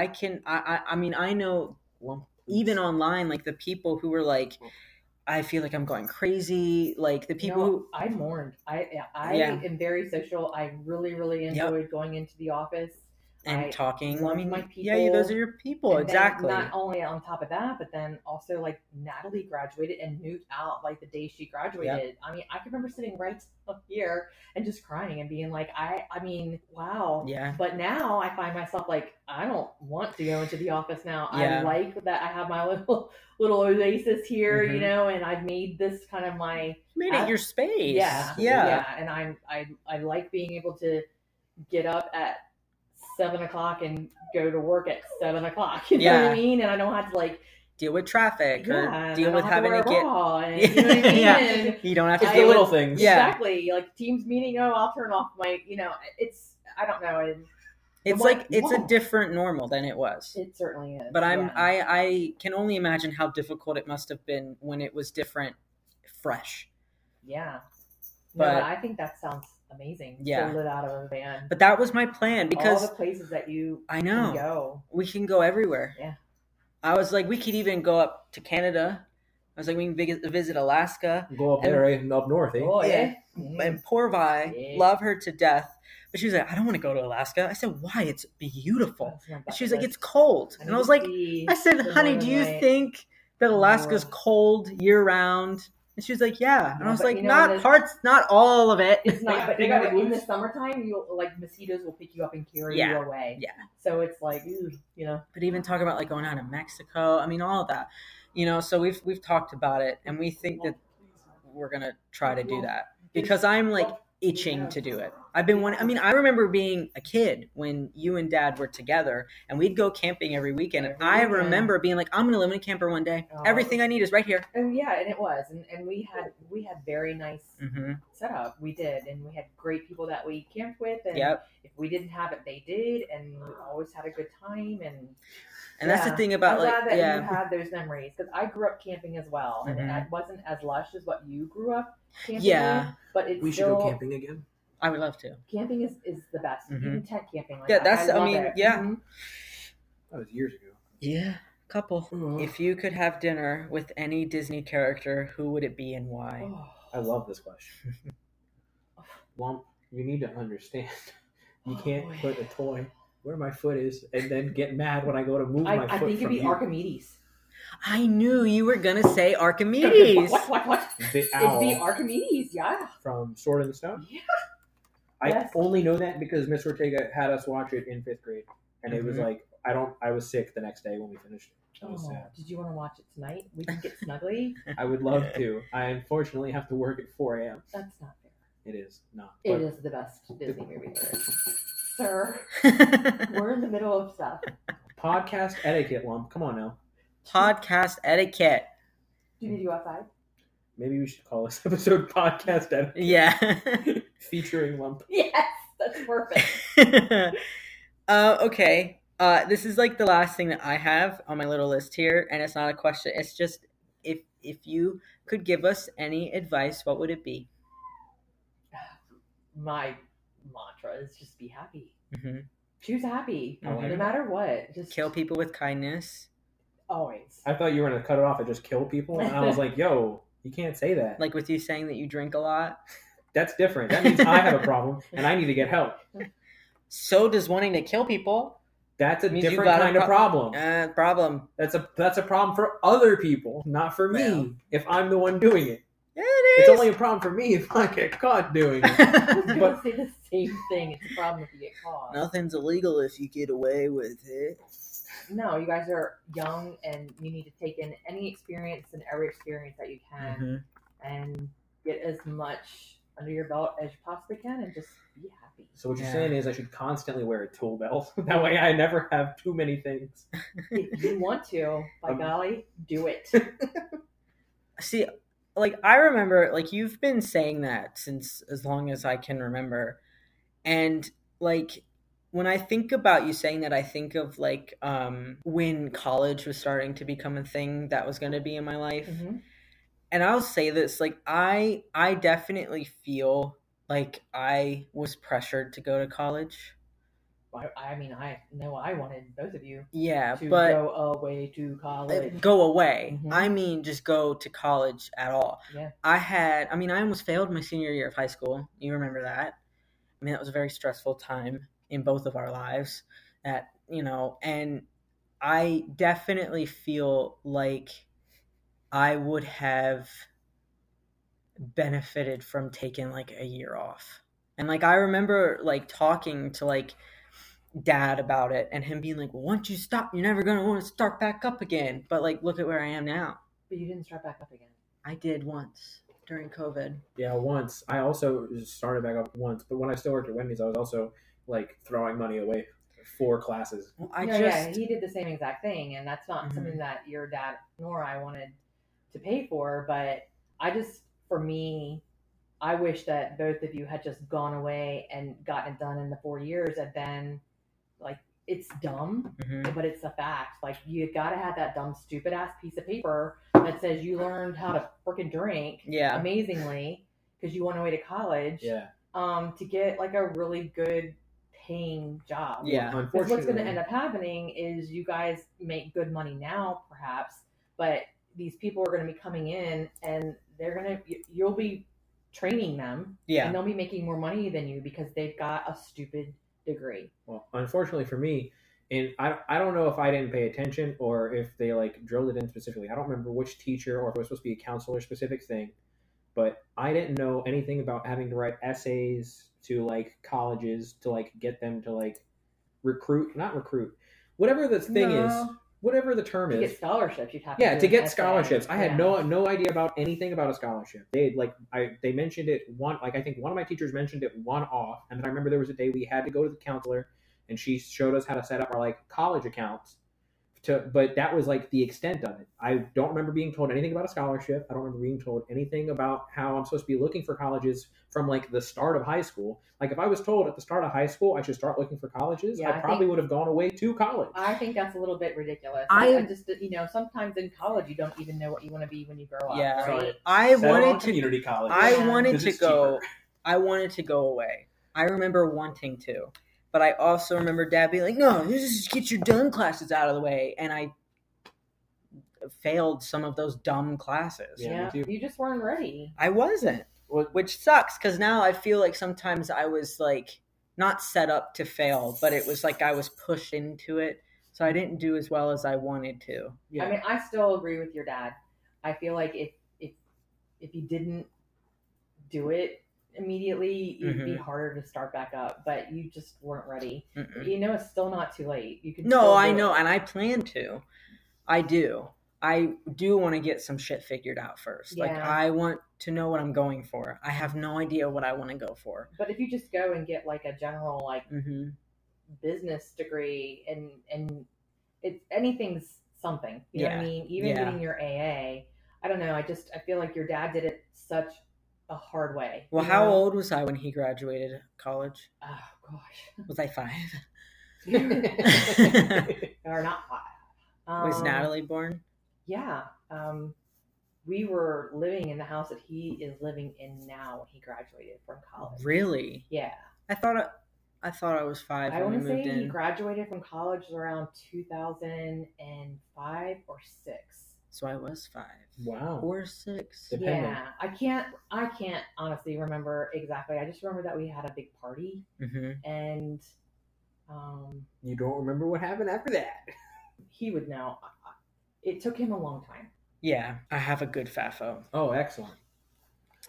i can i i, I mean i know even online like the people who were like i feel like i'm going crazy like the people no, who I mourned. I I Yeah. am very social. I really really Yep. enjoyed going into the office. and I talking. I love mean, my yeah, you- those people. are your people, And then exactly. Not only on top of that, but then also like Natalie graduated and moved out like the day she graduated. I mean, I can remember sitting right up here and just crying and being like, I I mean, wow. yeah, But now I find myself like I don't want to go into the office now. Yeah. I like that I have my little little oasis here, you Mhm. know, and I've made this kind of my made it I- your space. yeah, yeah, And I'm I I like being able to get up at seven o'clock and go to work at seven o'clock. You know what Yeah. I mean? And I don't have to like Deal with traffic yeah, and or I deal don't with have having wear to a get. bra and, you know what I mean? Yeah. And- You don't have to. It's I the deal little with- things. Yeah. Exactly. Like teams meeting, oh, I'll turn off my, you know, it's, I don't know. It, It's Like, like it's a whoa. different normal than it was. it certainly is. But I'm yeah. I I can only imagine how difficult it must have been when it was different, fresh. Yeah. But- no, but I think that sounds amazing. Yeah. To live out of a van. But that was my plan because all the places that you I can know go. we can go everywhere. Yeah. I was like, we could even go up to Canada. I was like, we can vi- visit Alaska. Go up And- there, eh, up north, eh? Oh, yeah. and poor Vi, Yeah. love her to death. But she was like, I don't want to go to Alaska. I said, Why? It's beautiful. And she was like, It's cold. And I was like, I said, the Honey, northern do you light. think that Alaska's Yeah. cold year round? And she was like, Yeah. And No, I was but like, you know what Not is- parts, not all of it. It's not, They- but they you know, got in the loose. summertime, you'll like mosquitoes will pick you up and carry Yeah. you away. Yeah. So it's like, ooh, you know, But even talking about like going out to Mexico, I mean, all of that. You know, so we've we've talked about it and we think that we're gonna try to do that. Because I'm like itching to do it. I've been one. I mean, I remember being a kid when you and Dad were together, and we'd go camping every weekend. And Every I weekend. remember being like, "I'm gonna live in a camper one day. Oh. Everything I need is right here." and yeah, and it was, and, and we had we had very nice hmm setup. We did, and we had great people that we camped with, and Yep. if we didn't have it, they did, and we always had a good time. And And that's the Yeah. thing I'm about glad like, that you yeah, had those memories because I grew up camping as well, and Mhm. it wasn't as lush as what you grew up. Camping yeah. in, but it's We should still, go camping again. I would love to. Camping is, is the best. Mhm. Even tent camping. Like Yeah, that. that's- I love mean, it. yeah. Mhm. That was years ago. Yeah, couple. If you could have dinner with any Disney character, who would it be and why? I Oh. love this question. Lump, you need to understand. You can't Oh, put a toy where my foot is and then get mad when I go to move I, my I foot think it'd from be you. Archimedes. I knew you were gonna say Archimedes. What? What? What? the It'd be owl Archimedes. Yeah. from Sword in the Stone. Yeah. I Yes. only know that because Miss Ortega had us watch it in fifth grade, and it was Mhm. like I don't. I was sick the next day when we finished. It. I was Oh, sad. did you want to watch it tonight? We can get snuggly. I would love to. I unfortunately have to work at 4 a.m. That's not fair. It is not. It But is the best Disney movie. there is. sir. We're in the middle of stuff. Podcast etiquette lump. Come on now. Podcast etiquette. Do you need to go outside? Maybe we should call this episode podcast etiquette Yeah. featuring lump. Yes, that's perfect. uh, okay. Uh, this is like the last thing that I have on my little list here, and it's not a question. It's just if if you could give us any advice, what would it be? My mantra is just be happy. Mm-hmm. Mhm. Choose happy, I like no it. matter what. Just Kill people with kindness. always. I thought you were gonna cut it off and just kill people, and I was like, yo, you can't say that. Like with you saying that you drink a lot. That's different. That means I have a problem and I need to get help. So does wanting to kill people. That's a Means you different got a kind of pro- problem. Uh, problem. That's a that's a problem for other people, not for me. Well. If I'm the one doing it, Yeah, it it's is. only a problem for me if I get caught doing it. I was going to say the same thing. It's a problem if you get caught. Nothing's illegal if you get away with it. No, you guys are young and you need to take in any experience and every experience that you can Mm-hmm. Mhm. and get as much under your belt as you possibly can and just be happy. So what you're Yeah. saying is I should constantly wear a tool belt. that way I never have too many things. If you want to, by Um, golly, do it. See, like I remember, like you've been saying that since as long as I can remember, and like when I think about you saying that, I think of like um, when college was starting to become a thing that was going to be in my life. Mhm. and I'll say this like I I definitely feel like I was pressured to go to college. I, I mean, I know I wanted both of you Yeah, to but go away to college. go away. Mhm. I mean, just go to college at all. Yeah. I had, I mean, I almost failed my senior year of high school. You remember that? I mean, that was a very stressful time in both of our lives. That, you know, and I definitely feel like I would have benefited from taking like a year off. And like, I remember like talking to like, dad about it and him being like, well, once you stop, you're never going to want to start back up again. But like, look at where I am now. But you didn't start back up again. I did once during COVID. Yeah, once. I also started back up once, but when I still worked at Wendy's, I was also like throwing money away for classes. Well, I no, yeah, just, he did the same exact thing, and that's not Mhm. something that your dad nor I wanted to pay for. But I just, for me, I wish that both of you had just gone away and gotten it done in the four years, and then, like, it's dumb, Mm-hmm. Mhm. but it's a fact. Like, you gotta have that dumb, stupid ass piece of paper that says you learned how to freaking drink yeah. amazingly because you went away to college Yeah. um, to get like a really good paying job. Yeah. Because Unfortunately. what's going to end up happening is you guys make good money now, perhaps, but these people are going to be coming in and they're going to, you'll be training them Yeah. and they'll be making more money than you because they've got a stupid degree. Well, unfortunately for me, and I, I don't know if I didn't pay attention or if they like drilled it in specifically. I don't remember which teacher or if it was supposed to be a counselor specific thing, but I didn't know anything about having to write essays to like colleges to like get them to like recruit, not recruit, whatever the thing is, No. whatever the term To is. get scholarships, you'd have to yeah, do to an get essay. scholarships. I had Yeah. no no idea about anything about a scholarship. They like I they mentioned it one like I think one of my teachers mentioned it one off, and then I remember there was a day we had to go to the counselor, and she showed us how to set up our like college accounts. To but that was like the extent of it. I don't remember being told anything about a scholarship. I don't remember being told anything about how I'm supposed to be looking for colleges from like the start of high school. Like if I was told at the start of high school I should start looking for colleges, Yeah, I, I think- probably would have gone away to college. I think that's a little bit ridiculous. I- I, I just, you know, sometimes in college you don't even know what you want to be when you grow up. Yeah. right? Sorry. I Settle on wanted to, community college. I Yeah. wanted 'Cause to it's go, cheaper. I wanted to go away. I remember wanting to, but I also remember dad being like, no, you just get your dumb classes out of the way. And I failed some of those dumb classes. Yeah, me yeah. too. You just weren't ready. I wasn't. Well, which sucks because now I feel like sometimes I was like not set up to fail, but it was like I was pushed into it, so I didn't do as well as I wanted to. yeah. I mean, I still agree with your dad. I feel like if if if you didn't do it immediately, it'd be Mm-hmm. harder to start back up. But you just weren't ready. Mm-mm. You know, it's still not too late. You can. No, still I do know, it. and I plan to. I do. I do want to get some shit figured out first. Like Yeah. I want to know what I'm going for. I have no idea what I want to go for. But if you just go and get like a general like hmm business degree and and it's anything's something. You know what I Yeah. mean? Even Yeah. getting your AA, I don't know. I just I feel like your dad did it such a hard way. Well, you how know? old was I when he graduated college? Oh gosh, Was I five? or not five. Um, was Natalie born? Yeah. Um, we were living in the house that he is living in now when he graduated from college. Really? Yeah. I thought I, I thought I was five I when want we to say moved he in. graduated from college around 2005 or 6. so I was five Wow. or six. Depending. Yeah. I can't I can't honestly remember exactly. I just remember that we had a big party hmm and um You don't remember what happened after that? he would know. It took him a long time. Yeah, I have a good FAFO. Oh, excellent.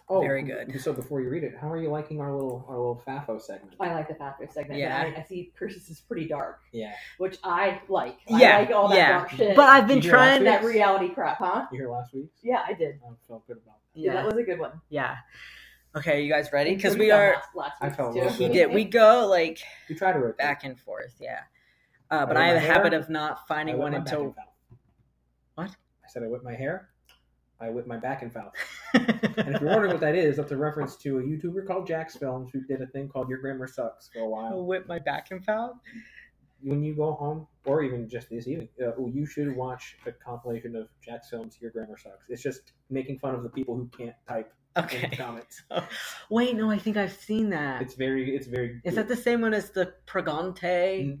Oh, Very good. So before you read it, how are you liking our little our little FAFO segment? I like the Fafo segment. Yeah. but I, I see Curtis is pretty dark, Yeah. which I like. Yeah, I like all that yeah. dark shit. But I've been Did you laugh trying at that that. it? reality crap, huh? You hear last week? Yeah, I did. I felt good about that. Yeah. Yeah. That was a good one. yeah. Okay, you guys ready? Because What we done are. last, last I week, felt too. a little He bit. did. We go like You try to rotate. back and forth. Yeah. Uh, but I I have a wet my habit hair. of not I finding whip one my back until. and foul. What? I said I whip my hair. I whip my back and foul. And and if you're wondering what that is, that's a reference to a YouTuber called Jax Films who did a thing called Your Grammar Sucks for a while. whip my back and foul. When you go home, or even just this evening, uh, oh, you should watch a compilation of Jax Films Your Grammar Sucks. It's just making fun of the people who can't type in the Okay. comments. Wait, no, I think I've seen that. It's very, it's very. Is that the same one as the Pregante?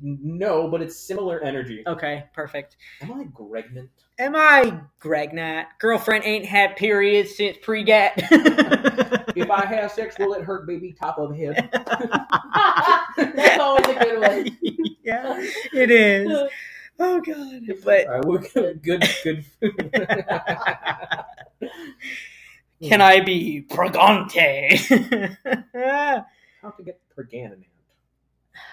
N- no, but it's similar energy. Okay, perfect. Am I Gregman? Am I Greg Nat? Girlfriend ain't had periods since pre gat. If I have sex, will it hurt baby top of head? That's always a good one. yeah, it is. Oh god. But All right, we're good. Good. good. can I be Pregante? How to get preganant?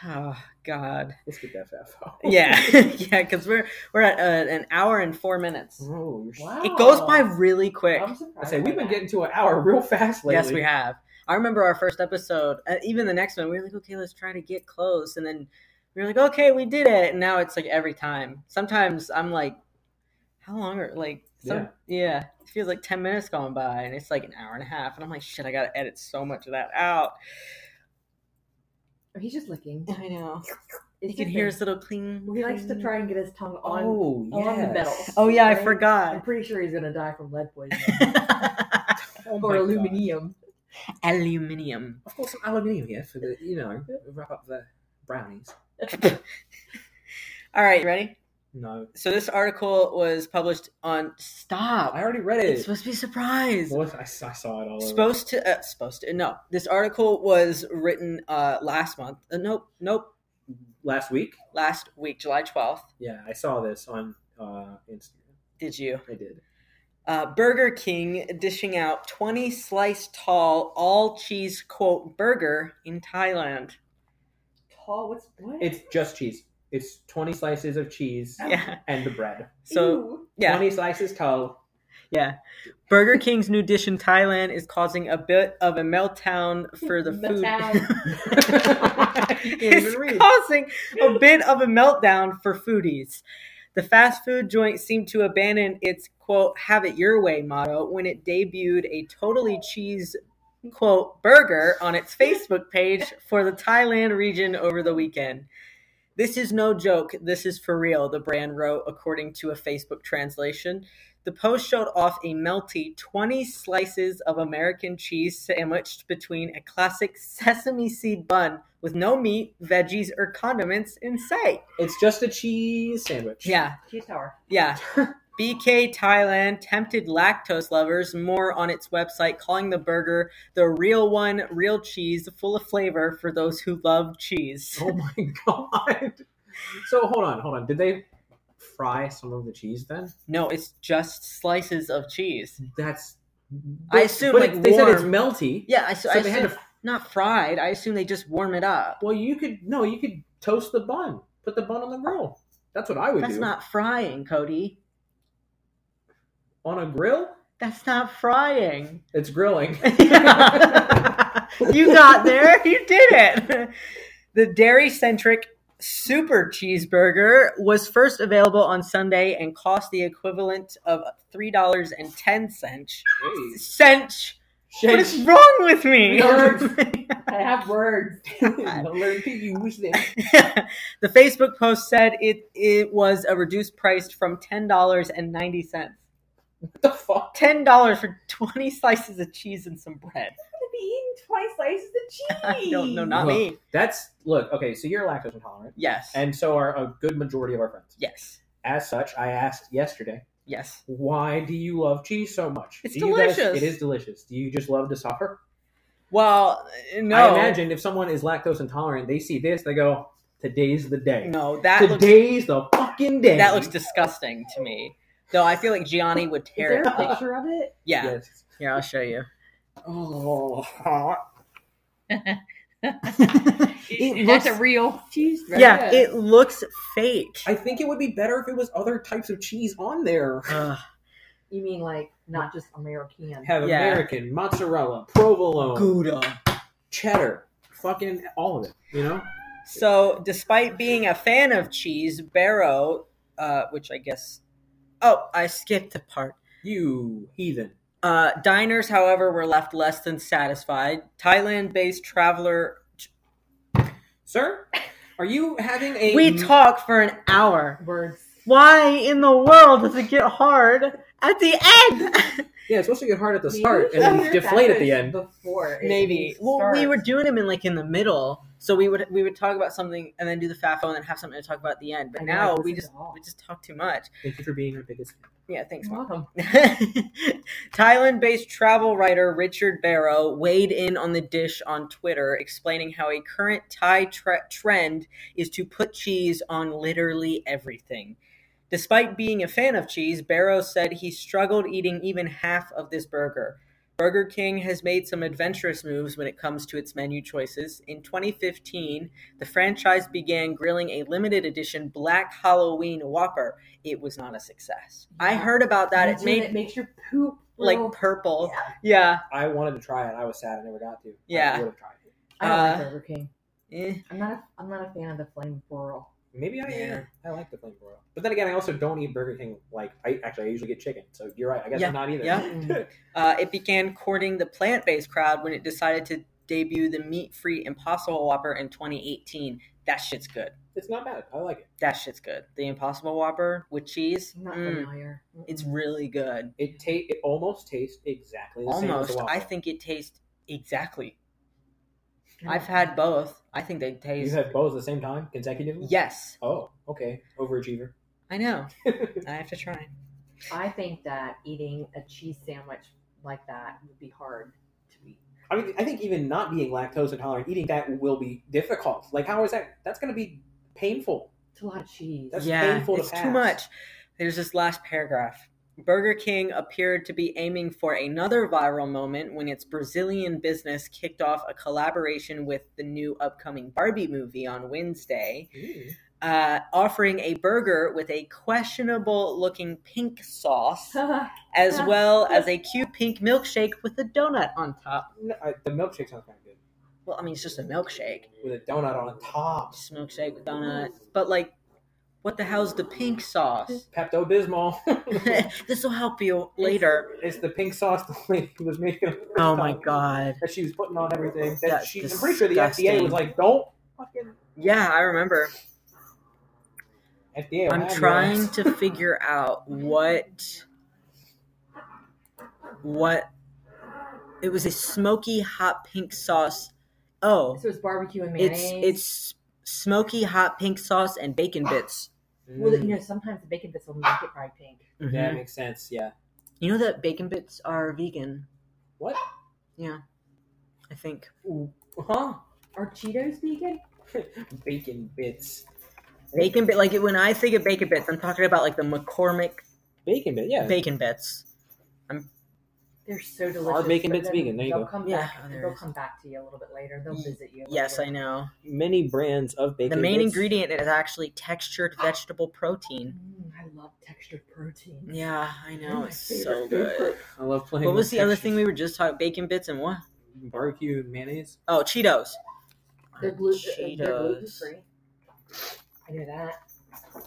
oh god. Let's get that fat file. Yeah, yeah, because we're we're at uh, an hour and four minutes. Oh, you're Wow. It goes by really quick. I'm surprised. I say by we've been that. getting to an hour real fast lately. Yes, we have. I remember our first episode, uh, even the next one, we were like, okay, let's try to get close. And then we were like, okay, we did it. And now it's like every time. Sometimes I'm like, how long are, like, some, yeah. it feels like 10 minutes gone by and it's like an hour and a half. And I'm like, shit, I got to edit so much of that out. He's just licking. I know. You It's can just hear a- his little clean. He likes to try and get his tongue on. Oh, on the yes. metal. Oh, yeah, I Right? I'm forgot. pretty sure he's gonna die from lead poisoning Oh or my God. aluminium. Aluminium. I've got some aluminium here for the, you know, wrap up the brownies. All right, you ready? No, So this article was published on. Stop. I already read It's it. supposed to be a surprise. What? I, I saw it all. Over. supposed to uh, supposed to no this article was written uh last month uh, nope nope Last week. last week july 12th Yeah, I saw this on uh, Instagram. did you I did. uh, burger king dishing out 20 slice tall all cheese quote burger in thailand Tall. What's what? It's just cheese. It's twenty slices of cheese yeah and the bread. so Ew. yeah Twenty slices tall. yeah burger king's new dish in thailand is causing a bit of a meltdown for the food Meltdown. It's even read. causing a bit of a meltdown for foodies. The fast food joint seemed to abandon its quote "Have it your way" motto when it debuted a totally cheese quote burger on its Facebook page for the Thailand region over the weekend. This is no joke. This is for real. The brand wrote, according to a Facebook translation. The post showed off a melty 20 slices of American cheese sandwiched between a classic sesame seed bun with no meat, veggies, or condiments in sight. It's just a cheese sandwich. Yeah, Cheese tower. yeah. BK Thailand tempted lactose lovers more on its website, calling the burger the real one, real cheese, full of flavor for those who love cheese. Oh my god. So hold on, hold on. Did they fry some of the cheese then? No, it's just slices of cheese. That's. I assume, but like, it- they said it's warm. melty. Yeah, I, so So I they had assume, to. not fried. I assume they just warm it up. Well, you could no, you could toast the bun. Put the bun on the grill. That's what I would That's do. not frying, Cody. on a grill. That's not frying. It's grilling. you got there. You did it. The dairy centric Super Cheeseburger was first available on Sunday and cost the equivalent of three dollars and ten cents. Hey. Cent. What is wrong with me? I have words. the Facebook post said it it was a reduced price from ten dollars and ninety cents. the fuck? Ten dollars for twenty slices of cheese and some bread. gonna be eating twice slices of I don't know, not me. That's look. Okay, so you're lactose intolerant, Yes. and so are a good majority of our friends. yes. As such, I asked yesterday, Yes. why do you love cheese so much? It's do you guys- delicious. it is delicious. Do you just love to suffer? Well, no. I imagine if someone is lactose intolerant, they see this, they go, "Today's the day. No, that looks Today's the fucking day." that looks disgusting to me. Though I feel like Gianni would Is tear there it a up. picture of it? Yeah. Yes. Here, I'll show you. Oh, It That's looks- a real cheese. Yeah, it looks fake. I think it would be better if it was other types of cheese on there. Ugh. You mean like not just American? Have Yeah. American, mozzarella, provolone, Gouda. cheddar, fucking all of it. You know, So, despite being a fan of cheese, Barrow, uh, which I guess, oh, I skipped the part. you heathen. Uh, diners, however, were left less than satisfied. Thailand-based traveler. Sir, are you having a We talked for an hour. Words. Why in the world does it get hard at the end? Yeah, it's supposed to get hard at the Maybe start and we then should deflate at the have end. this Before it Maybe. even Well, we starts. were doing them in like in the middle, so we would we would talk about something and then do the FAFO and then have something to talk about at the end. But I know, now this we is just all. we just talk too much. Thank you for being our biggest. Yeah, thanks, You're Mom. welcome. Thailand based travel writer Richard Barrow weighed in on the dish on Twitter, explaining how a current Thai tre- trend is to put cheese on literally everything. Despite being a fan of cheese, Barrow said he struggled eating even half of this burger. Burger King has made some adventurous moves when it comes to its menu choices. In 2015, the franchise began grilling a limited edition Black Halloween Whopper. It was not a success. I Yeah. heard about that. You It do made it makes your poop like little- purple. Yeah. Yeah. I wanted to try it. I was sad I never got to. Yeah. I would have tried it. I don't like uh, Burger King. Eh. I'm not. A, I'm not a fan of the flame whirl. Maybe I Yeah. I like the flame broil, but then again, I also don't eat Burger King. Like I actually, I usually get chicken. So you're right. I guess Yeah. I'm not either. Yeah. Mm. Uh, it began courting the plant based crowd when it decided to debut the meat free Impossible Whopper in 2018. That shit's good. it's not bad. I like it. That shit's good. The Impossible Whopper with cheese. I'm not mm, familiar. it's really good. It ta- It almost tastes exactly the same. as the Almost. waffle. I think it tastes exactly. Mm. I've had both. I think they you taste. had both at the same time consecutively. yes. Oh, okay. Overachiever. I know. I have to try. I think that eating a cheese sandwich like that would be hard to eat. I mean, I think even not being lactose intolerant, eating that will be difficult. Like, how is that? That's going to be painful. It's a lot of cheese. That's yeah, painful to it's too pass. much. There's this last paragraph. Burger King appeared to be aiming for another viral moment when its Brazilian business kicked off a collaboration with the new upcoming Barbie movie on Wednesday, Mm. uh, offering a burger with a questionable looking pink sauce, as well as a cute pink milkshake with a donut on top. No, I, the milkshake sounds kind of good Well, I mean, it's just a milkshake. with a donut on top. Just a milkshake with donut. But, like, what the hell's the pink sauce? Pepto Bismol. this will help you later. it's the pink sauce the lady was making. Oh my Um, god. That she was putting on everything. That That's she, I'm pretty sure the FDA disgusting. was like, "Don't fucking Yeah, I remember. FDA." will I'm have your trying ass." to figure out what what it was a smoky hot pink sauce. Oh, so it's barbecue and it's mayonnaise. it's smoky hot pink sauce and bacon bits. well, you Mm, know, sometimes the bacon bits will make it fried pink. That Mhm. makes sense. Yeah. You know that bacon bits are vegan, What? I think. Ooh, huh? Are Cheetos vegan? Bacon bits. Bacon bit like when I think of bacon bits, I'm talking about like the McCormick Bacon bit. Yeah. bacon bits. They're so delicious. bacon but bits then vegan? There you they'll go. Come Yeah, back, oh, there they'll is. come back to you a little bit later. They'll Ye- visit you. Yes, I know. Many brands of bacon. The main bits. ingredient is actually textured vegetable protein. Mm, I love textured protein. Yeah, I know. my It's favorite so good. I love playing. What with was the other textures. thing we were just talking? Bacon bits and what? barbecue and mayonnaise? Oh, Cheetos. They're, glu- they're Cheetos. uh, gluten free. I knew that.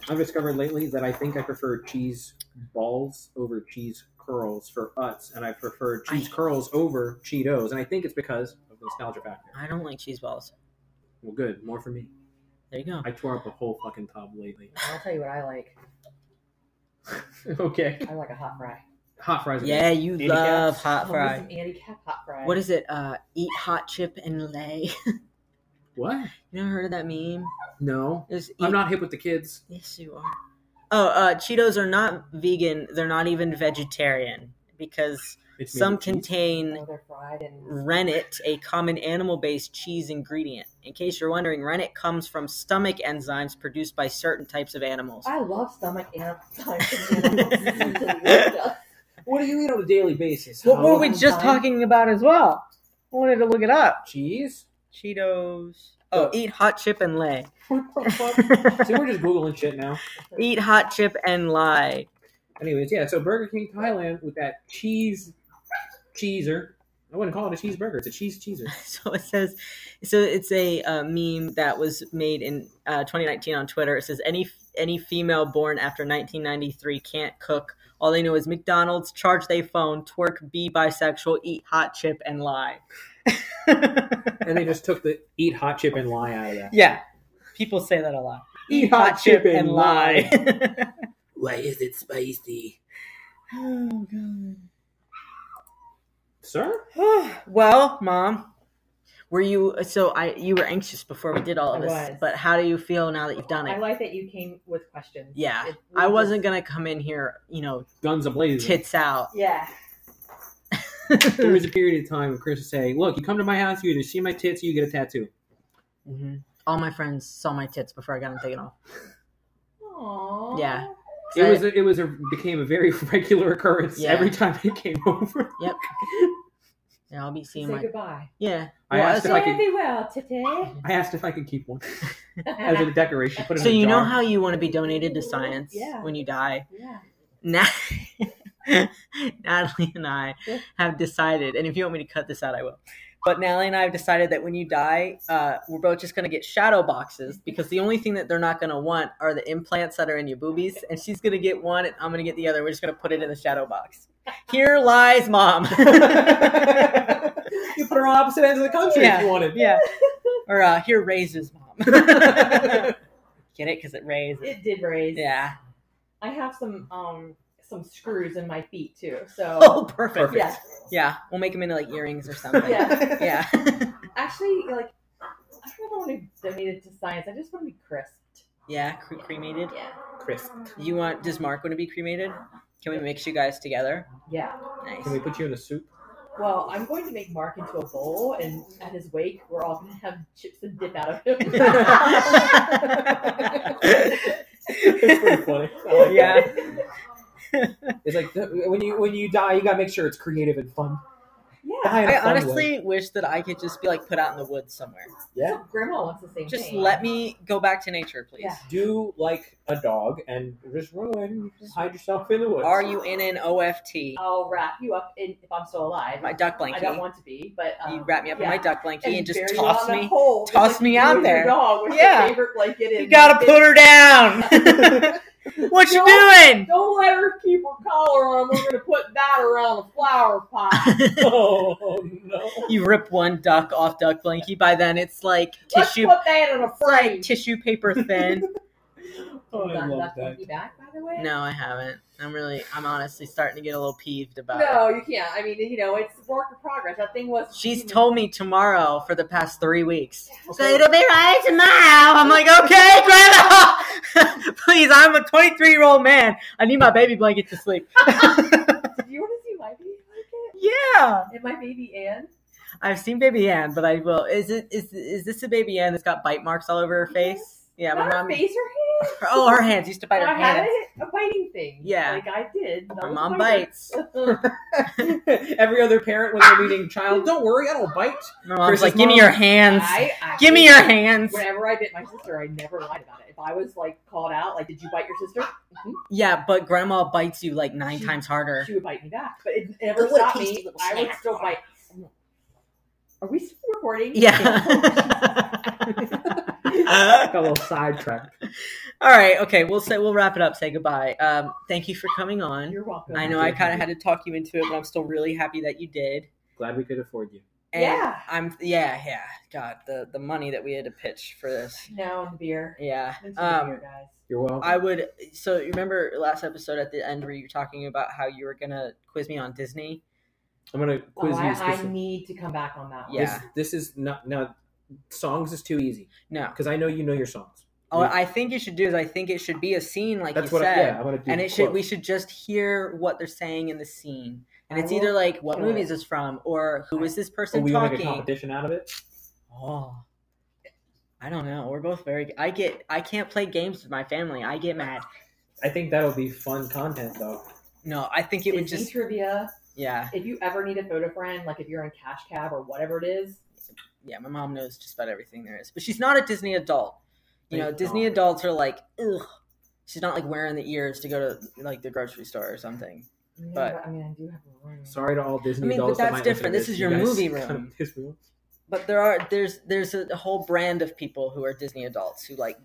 I've discovered lately that I think I prefer cheese balls over cheese curls for Utz, and I prefer cheese I- curls over Cheetos. And I think it's because of the nostalgia factor. I don't like cheese balls. Well, good, more for me. There you go. I tore up a whole fucking tub lately. I'll tell you what I like. okay, I like a hot fry. hot fries. are Yeah, you Andy love Caps? hot I'll do fry. Some handicap hot fry. What is it? Uh, eat hot chip and lay. good. What? you never heard of that meme? No, It's eat- I'm not hip with the kids. Yes, you are. Oh, uh, Cheetos are not vegan. They're not even vegetarian because It's made some with cheese. contain Oh, they're fried Mm. and rennet, a common animal based cheese ingredient. In case you're wondering, rennet comes from stomach enzymes produced by certain types of animals. I love stomach and stuff. What do you eat on a daily basis? What were we Huh? just talking about as well? I wanted to look it up. Cheese. Cheetos. Oh, eat hot chip and lay. What the fuck? See, we're just googling shit now. eat hot chip and lie. Anyways, yeah. So Burger King Thailand with that cheese cheeser. I wouldn't call it a cheeseburger. It's a cheese cheeser. So it says, so it's a uh, meme that was made in uh, 2019 on Twitter. It says any any female born after 1993 can't cook. All they know is McDonald's, charge they phone, twerk, be bisexual, eat hot chip, and lie. and they just took the eat hot chip and lie out of that. yeah, people say that a lot. Eat hot chip and lie. Why is it spicy, oh god. sir? well, mom, were you so I you were anxious before we did all of I this, was. but how do you feel now that you've done I it? like that you came with questions. Yeah, It- we Ah, I just- wasn't gonna come in here, you know, Guns ablazing. tits out. Yeah. There was a period of time when Chris was saying, "Look, you come to my house, you either see my tits, or you get a tattoo." All my friends saw my tits before I got them taken off. Aww. Yeah. It was a, it was a became a very regular occurrence Yeah. every time he came over. And I'll be Say seeing my goodbye. yeah. I Well, asked so if I Fare could thee well, today. I asked if I could keep one as a decoration. Put it so in a you know jar. how you want to be donated to science Yeah. when you die. yeah. Na- Natalie and I have decided, and if you want me to cut this out, I will. But Natalie and I have decided that when you die, uh, we're both just going to get shadow boxes because the only thing that they're not going to want are the implants that are in your boobies. And she's going to get one, and I'm going to get the other. We're just going to put it in the shadow box. Here lies mom. you put her on opposite ends of the country Yeah. if you wanted. yeah. Or uh, here raises mom. get it? Because it raises. It did raise. Yeah. I have some um some screws in my feet too. So Oh, perfect. yeah. Yeah. We'll make them into like earrings or something. Yeah. yeah. Actually, like I don't want to donate it to science. I just want to be crisped. Yeah, cre- cremated. Yeah. Chris, You want? Does Mark want to be cremated? Can we mix you guys together? Yeah. Nice. can we put you in a soup? Well, I'm going to make Mark into a bowl, and at his wake, we're all going to have chips and dip out of him. It's pretty funny. I like that. yeah. It's like th- when you when you die, you gotta make sure it's creative and fun. yeah. Die in a I fun way. honestly wish that I could just be like put out in the woods somewhere. yeah, Grandma wants the same Just thing. let me go back to nature, please. Yeah. do like a dog and just run away and just hide yourself in the woods. Are you in an OFT? I'll wrap you up in, if I'm still alive. My duck Oh, I blanket. don't want to be, but um, you wrap me up in my yeah. duck blanket and, just bury you toss on a me. pole, just toss like me you out and there. Your dog with Yeah. your favorite blanket You in. gotta put her down. what you doing? Don't let her keep her collar on. We're gonna put that around the flower pot. Oh no! you rip one duck off duck blanket. By then, it's like Let's tissue, put that in a it's like frame. tissue paper thin. Oh, I Done love Duck that. Monkey back, by the way. no, I haven't. I'm really, I'm honestly starting to get a little peeved about it. No, you can't. I mean, you know, it's a work in progress. That thing was. She's told me tomorrow for the past three weeks. So Okay. it'll be right tomorrow. I'm like, okay, grandma. Please, I'm a 23 year old man. I need my baby blanket to sleep. Did you want to see my baby blanket? yeah, And my baby Anne? I've seen baby Ann, but I will. Is it is is this a baby Ann that's got bite marks all over her face? Yeah, my Not her mom. face or hand. Oh, her hands used to bite No, her I had hands. a, a biting thing. Yeah. Like I did. That My was mom my- bites. Every other parent when they're meeting child, don't worry, I don't bite. My mom's Chris's like, give me mom- your hands. I actually- Give me your hands. Whenever I bit my sister, I never lied about it. If I was like called out, like, "Did you bite your sister?" Mhm. Yeah, but grandma bites you like nine She- times harder. She would bite me back, but it never What a stopped tasty me. little I would snack. still bite. Are we still recording? Yeah. Got a little sidetracked. All right, okay. We'll say we'll wrap it up. Say goodbye. Um, thank you for coming on. You're welcome. I know I kind of had to talk you into it, but I'm still really happy that you did. Glad we could afford you. And Yeah. I'm. Yeah, yeah. God, the the money that we had to pitch for this. No and beer. Yeah. It's Um, beer, guys. You're welcome. I would. So you remember last episode at the end where you were talking about how you were gonna quiz me on Disney? I'm gonna quiz Oh, you. I, I specific- need to come back on that one. Yeah. This, this is not no songs is too easy No. because I know you know your songs. Oh, Yeah. I think you should do is I think it should be a scene like That's you what. I, said, yeah, I'm gonna do. and it should we quotes. should just hear what they're saying in the scene, and I it's either will like what kill movie is it. this from or who is this Oh, person we want to make a talking. competition out of it. Oh, I don't know. We're both very. I get. I can't play games with my family. I get mad. I think that'll be fun content though. No, I think it would Disney just. trivia. Yeah, If you ever need a photo friend, like if you're in cash cab or whatever it is, yeah. My mom knows just about everything there is, but she's not a Disney adult. You They know, Disney don't. adults are like, ugh. She's not like wearing the ears to go to like the grocery store or something. No, But- I mean, I do have a room. Sorry to all Disney I mean, but adults. that that's might listen different. to This is your You guys movie kind of room. piss me off. But there are there's there's a whole brand of people who are Disney adults who like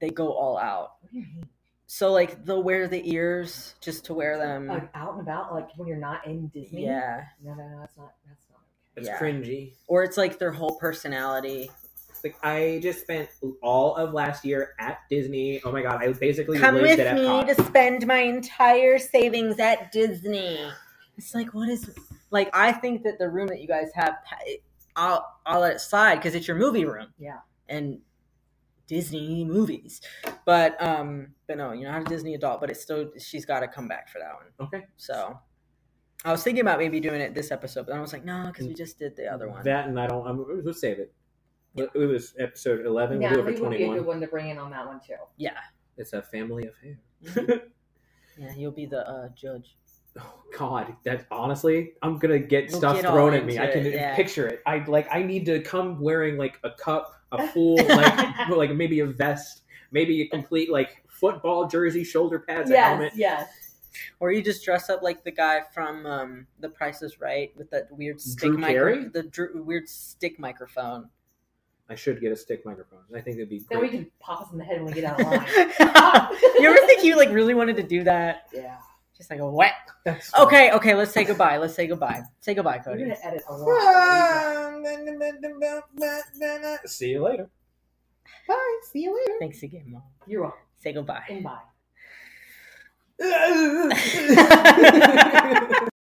they go all out. What do you mean? So like they'll wear the ears just to wear them. Like out and about, like when you're not in Disney. yeah. No, no, no, that's not. That's not okay. It's Yeah. cringy. Or it's like their whole personality. It's like I just spent all of last year at Disney. Oh my god, I basically Come lived with at me Epcot. to spend my entire savings at Disney. It's like what is like I think that the room that you guys have I'll I'll let it slide because it's your movie room. Yeah. And Disney movies. But um but no, you're not a Disney adult, but it's still she's gotta come back for that one. Okay, So I was thinking about maybe doing it this episode, but then I was like, no, because we just did the other one. That and I don't. I'm, we'll save it. It it was episode eleven. We'll do it Natalie for would be a good twenty-one. one to bring in on that one too. yeah. It's a family affair. Yeah, you'll be the uh, judge. Oh God, that honestly, I'm gonna get We'll stuff get all thrown at me. into I can it, yeah. picture it. I like. I need to come wearing like a cup, a full like, well, like maybe a vest, maybe a complete like football jersey, shoulder pads, a helmet. yes. Or you just dress up like the guy from um, The Price is Right with that weird stick Drew micro- Carey? the dr- weird stick microphone. I should get a stick microphone. I think that'd be Then we great. can pop us in the head when we get out you of line. ever think you like really wanted to do that? Yeah. Just like a what? That's fine. Okay, okay, let's say goodbye. Let's say goodbye. Say goodbye, We're Cody. gonna edit a lot. See you later. Bye. See you later. Thanks again, Mom. You're welcome. Say goodbye. And bye.